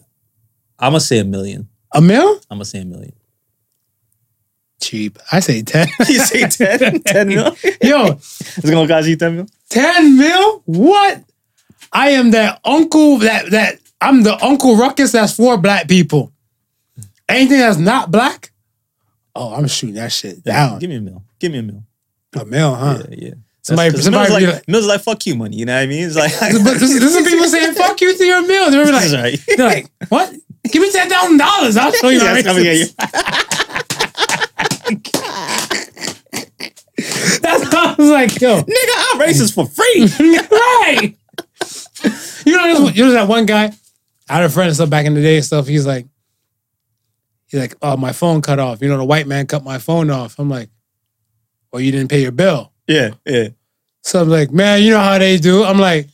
I'm gonna say a million.
A mil?
I'm gonna say a million.
Cheap. I say 10.
You say 10, 10 mil?
Yo,
It's gonna cost you ten mil.
10 mil? What? I am that uncle that that I'm the uncle ruckus that's for black people. Anything that's not black? Oh, I'm shooting that shit down.
Give me a mil. Give me a mil.
A mil, huh?
Yeah, yeah.
Somebody-
That's 'cause
somebody
mills
be
like,
like-
mills like fuck you money. You know what I mean? It's like
But this, this is people saying fuck you to your meal. They're
That's
like,
right.
they're like, what? Give me ten thousand dollars. I'll show you.
Yeah,
my
it's coming at you.
racist. That's how I was like, yo,
Nigga, I'm racist for free.
right. You know, there's, you know that one guy. I had a friend and stuff back in the day and stuff. He's like, he's like, oh, my phone cut off. You know, the white man cut my phone off. I'm like, well, you didn't pay your bill.
yeah, yeah.
So I'm like, man, you know how they do. I'm like,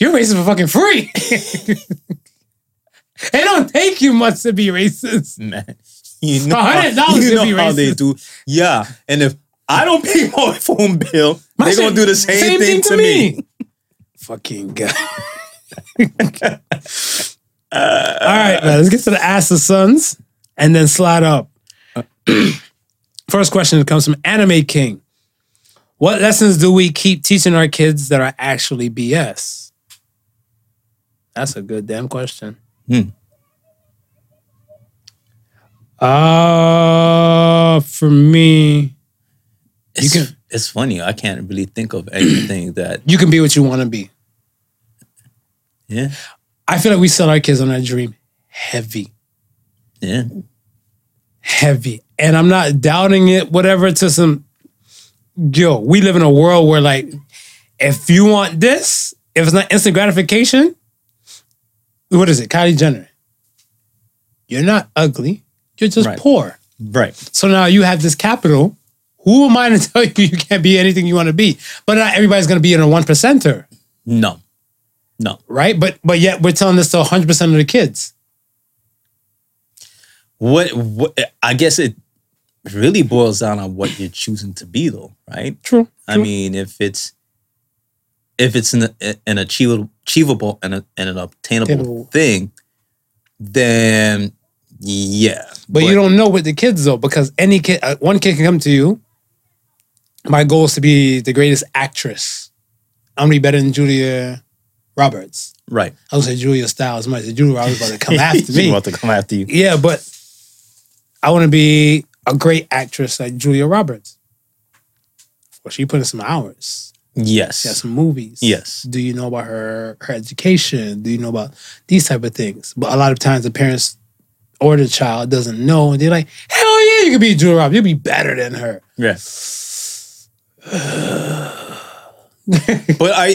you're racist for fucking free. it don't take you much to be racist.
man. You know,
hundred
how,
dollars
you
would
know
be
how they
racist.
do. Yeah. And if I don't pay my phone bill,
My
they're
shit-
going to do the same, thing, to me.
fucking guy.
Uh,
All right, man, let's get to the Ask the Sons and then slide up. First question comes from Anime King. What lessons do we keep teaching our kids that are actually BS? That's a good damn question. Uh, for me,
It's,
can-
it's funny. I can't really think of anything that,
you can be what you want to be.
yeah,
I feel like we sell our kids on that dream heavy.
yeah.
heavy. And I'm not doubting it, whatever, to some yo, we live in a world where like if you want this, if it's not instant gratification, what is it? Kylie Jenner. You're not ugly. You're just
Right.
poor.
Right.
So now you have this capital. Who am I to tell you you can't be anything you want to be? But not everybody's gonna be in a one percenter,
No. No.
right? But but yet we're telling this to hundred percent of the kids.
What, what, I guess it really boils down on what you're choosing to be, though, right?
True.
I mean, if it's if it's an an achievable, achievable and, a, and an obtainable
Attainable.
thing, then yeah.
But you don't know with the kids though, because any kid, uh, one kid can come to you. My goal is to be the greatest actress. I'm gonna be better than Julia Roberts.
right.
I would say Julia Stiles. I might say Julia Roberts about to come after
She
me.
about to come after you.
Yeah, but I want to be a great actress like Julia Roberts. Well, she put in some hours.
Yes.
She has some movies.
Yes.
Do you know about her her education? Do you know about these type of things? But a lot of times the parents or the child doesn't know, and they're like, "Hell yeah, you could be Julia Roberts. You'll be better than her."
Yeah. but are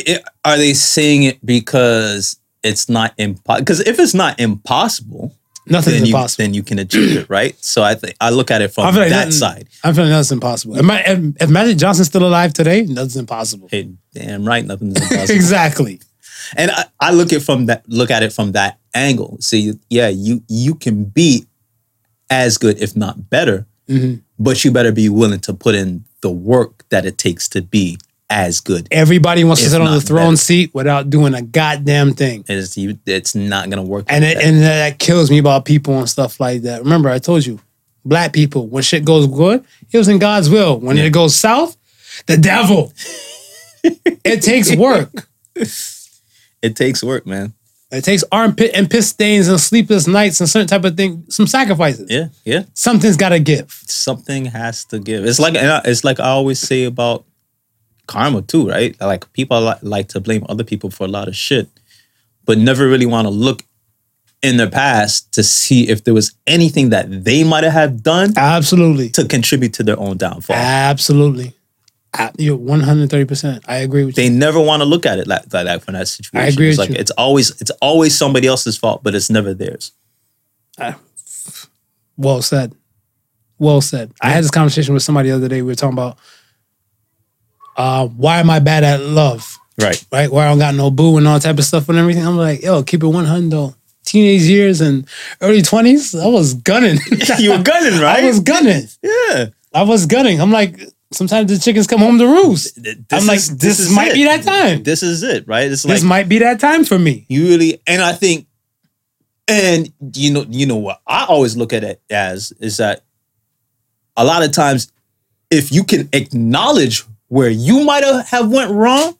are they saying it because it's not impossible? Because if it's not impossible,
Nothing's
then you
impossible.
then you can achieve it, right? So I think I look at it
I
from
feel like
that
nothing-
side.
I'm feeling that's impossible. If, my, if, if Magic Johnson's still alive today, nothing's impossible.
Hey, damn right, nothing's impossible.
exactly.
and I, I look at from that look at it from that angle. See, yeah, you you can be as good, if not better,
Mm-hmm.
but you better be willing to put in the work that it takes to be as good.
Everybody wants to
If
sit on
not
the throne
better.
seat without doing a goddamn thing.
And it's you, it's not gonna work.
And it,
like that.
and that kills me about people and stuff like that. Remember, I told you, black people, when shit goes good, it was in God's will. When it goes south, the devil. it takes work.
it takes work, man.
It takes armpit and piss stains and sleepless nights and certain type of thing, some sacrifices.
Yeah, yeah.
Something's got to give.
something has to give. It's like and I- it's like I always say about karma too, right? Like people li- like to blame other people for a lot of shit, but never really want to look in their past to see if there was anything that they might have done
Absolutely.
to contribute to their own downfall.
Ah. Absolutely. A- You're 130%. I agree with you.
they never want to look at it like like that from that situation.
agree
it's
with
like
you.
it's always it's always somebody else's fault, but it's never theirs.
Well said. Well said. I had this conversation with somebody the other day. We were talking about uh, why am I bad at love?
Right.
right? Where I don't got no boo and all type of stuff and everything. I'm like, yo, keep it 100 though. Teenage years and early 20s, I was gunning.
you were gunning, right?
I was gunning.
yeah.
I was gunning. I'm like, sometimes the chickens come home to roost. I'm like, this, might
it.
be that time. This,
This is it, right? It's like
might be that time for me.
You really, and I think, and you know, you know what I always look at it as is that a lot of times, if you can acknowledge where you might have- have went wrong,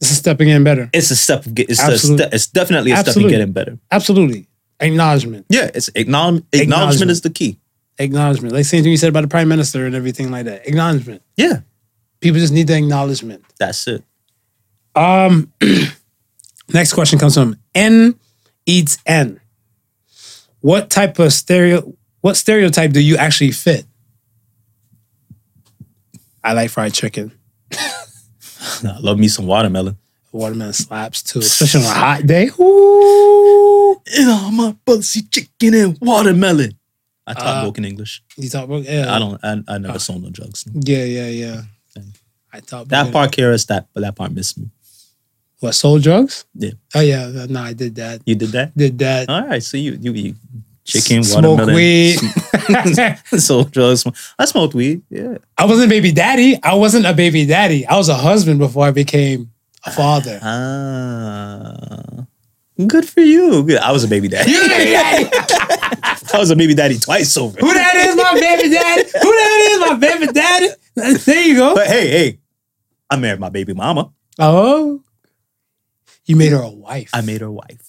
This is stepping in better.
it's a step. of get- It's a
Absolute.
step. It's definitely a
Absolute.
step in getting better.
Absolutely. Acknowledgement.
Yeah, it's acknowledgement. Acknowledgement is the key.
Acknowledgement. Like same thing you said about the prime minister and everything like that. Acknowledgement.
Yeah,
People just need the acknowledgement.
that's it.
Next question comes from N eats N. What type of stereo what stereotype do you actually fit? I like fried chicken.
I love me some watermelon.
Watermelon slaps too, especially on a hot day. Ooh.
And all my bossy chicken and watermelon. I
Uh,
talk broken English.
You talk about yeah.
I don't. I, I never
uh,
sold no drugs.
Yeah, yeah, yeah. I thought
That part, Karis, that that part missed me.
what sold drugs?
Yeah.
Oh yeah, no, I did that.
You did that.
Did that.
All right, so you you, you chicken,
S-
watermelon,
Smoke weed.
so drugs. I smoked weed. Yeah,
I wasn't a baby daddy. I wasn't a baby daddy. I was a husband before I became a father.
ah, good for you. Good. I was a baby daddy.
baby daddy.
I was a baby daddy twice over.
Who that is my baby daddy? Who that is my baby daddy? There you go.
But hey, hey, I married my baby mama.
Oh. You made her a wife.
I made her wife,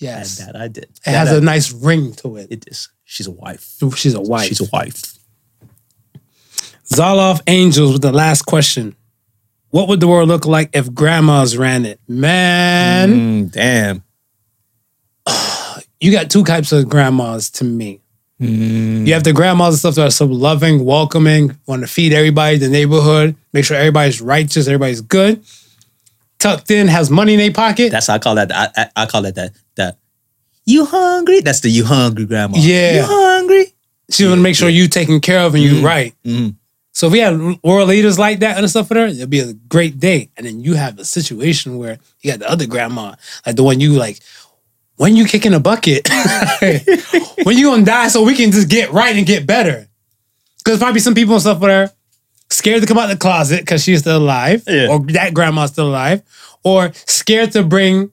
and
yes.
that I did.
It has
a
a nice ring to it.
It is. She's a wife.
She's a wife.
She's a wife.
Zoloff Angels with the last question. What would the world look like if grandmas ran it? Man,
Mm, damn.
you got two types of grandmas to me.
Mm.
You have the grandmas and stuff that are so loving, welcoming, want to feed everybody, the neighborhood, make sure everybody's righteous, everybody's good, tucked in, has money in their pocket.
That's I call that. I, I, I call that that that. You hungry? That's the you hungry grandma.
Yeah.
You hungry?
She want to make sure you taken care of and you right. So if we had world leaders like that and stuff for her, it'd be a great day. And then you have a situation where you got the other grandma, like the one you like. When you kicking a bucket, when you gonna die, so we can just get right and get better. Because probably some people and stuff for her scared to come out the closet because she's still alive,
Yeah.
or that grandma's still alive, or scared to bring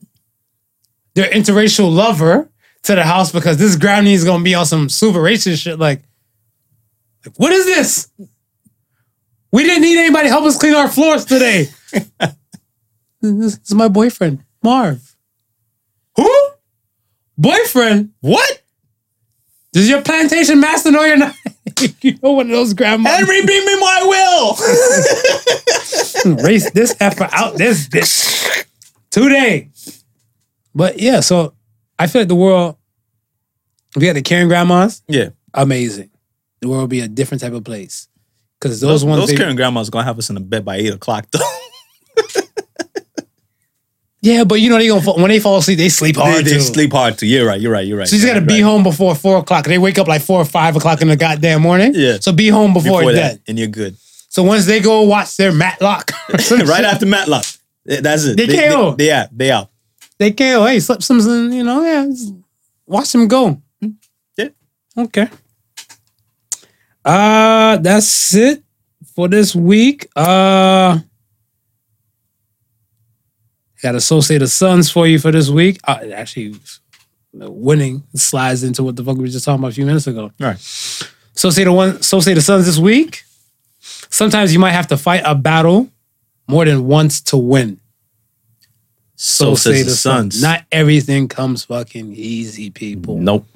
their interracial lover to the house because this granny is gonna be on some super racist shit. Like, like what is this? We didn't need anybody to help us clean our floors today. this is my boyfriend, Marv. Who? Boyfriend? What? Does your plantation master know you're not? you know one of those grandmas.
Henry, bring me my will.
race this heifer out this bitch today. But yeah, so I feel like the world, if you had the caring grandmas,
yeah.
amazing. The world would be a different type of place. Because those, ones,
Those
they-
Karen grandmas gonna have us in the bed by eight o'clock though.
yeah, but you know they gonna fall, when they fall asleep, they sleep
they,
hard
they
too.
sleep hard too. You're right. You're right. You're right.
So you just gotta
You're
be
right.
home before four o'clock. They wake up like four or five o'clock in the goddamn morning.
Yeah.
So be home before,
before
that.
that, and you're good.
So once they go watch their Matlock,
right after Matlock, That's it.
They KO.
They, yeah, they out.
They KO. Hey, slip Simpson. You know, yeah. just Watch them go.
Yeah.
Okay. Uh that's it for this week. Uh got Associated Sons for you for this week. Uh, actually, winning slides into what the fuck we were just talking about a few minutes ago.
Right.
Associated one, Associated Sons this week. Sometimes you might have to fight a battle more than once to win.
So,
say
says the
sun.
sons.
Not everything comes fucking easy, people.
nope.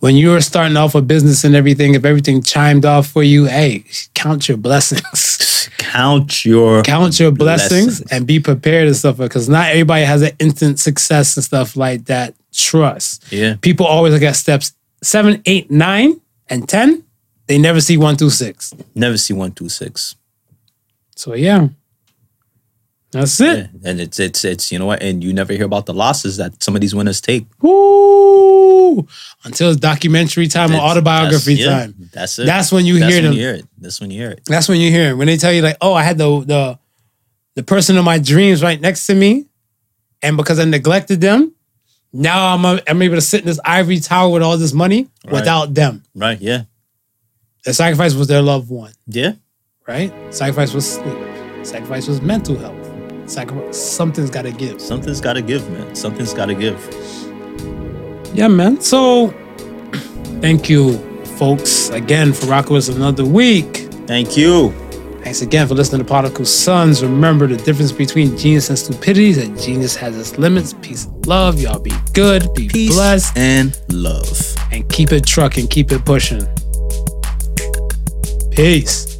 When you were starting off a business and everything, if everything chimed off for you, hey, count your blessings.
Count your
count your blessings,
Blessings.
and be prepared and stuff because not everybody has an instant success and stuff like that. Trust.
Yeah.
People always look at steps seven, eight, nine, and ten. They never see one through six.
Never see one two six.
So yeah. That's it.
Yeah. And it's it's it's you know what? And you never hear about the losses that some of these winners take.
Woo! Until it's documentary time or
It's-
autobiography
that's- yeah,
time.
that's it.
That's when you
That's
hear
when
them.
You hear it. That's when you hear it.
That's when you hear it. when they tell you like, "Oh, I had the the the person of my dreams right next to me, and because I neglected them, now I'm a, I'm able to sit in this ivory tower with all this money
Right.
without them.
Right? Yeah.
The sacrifice was their loved one,
Yeah.
right? Sacrifice was sleep. Sacrifice was mental health. Sacrifice something's got to give.
Something's got to give, man. Something's got to give.
Yeah, man. So thank you, folks, again for rocking with us another week.
Thank you.
Thanks again for listening to Particle Sons. Remember the difference between genius and stupidity is that genius has its limits. Peace and love. Y'all be good, be
Peace
blessed,
and love.
and keep it trucking, keep it pushing. Peace.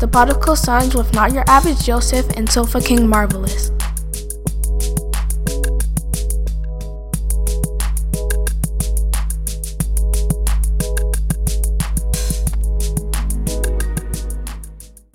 The Particle Sons with Not Your Average Joseph and Sofa King Marvelous.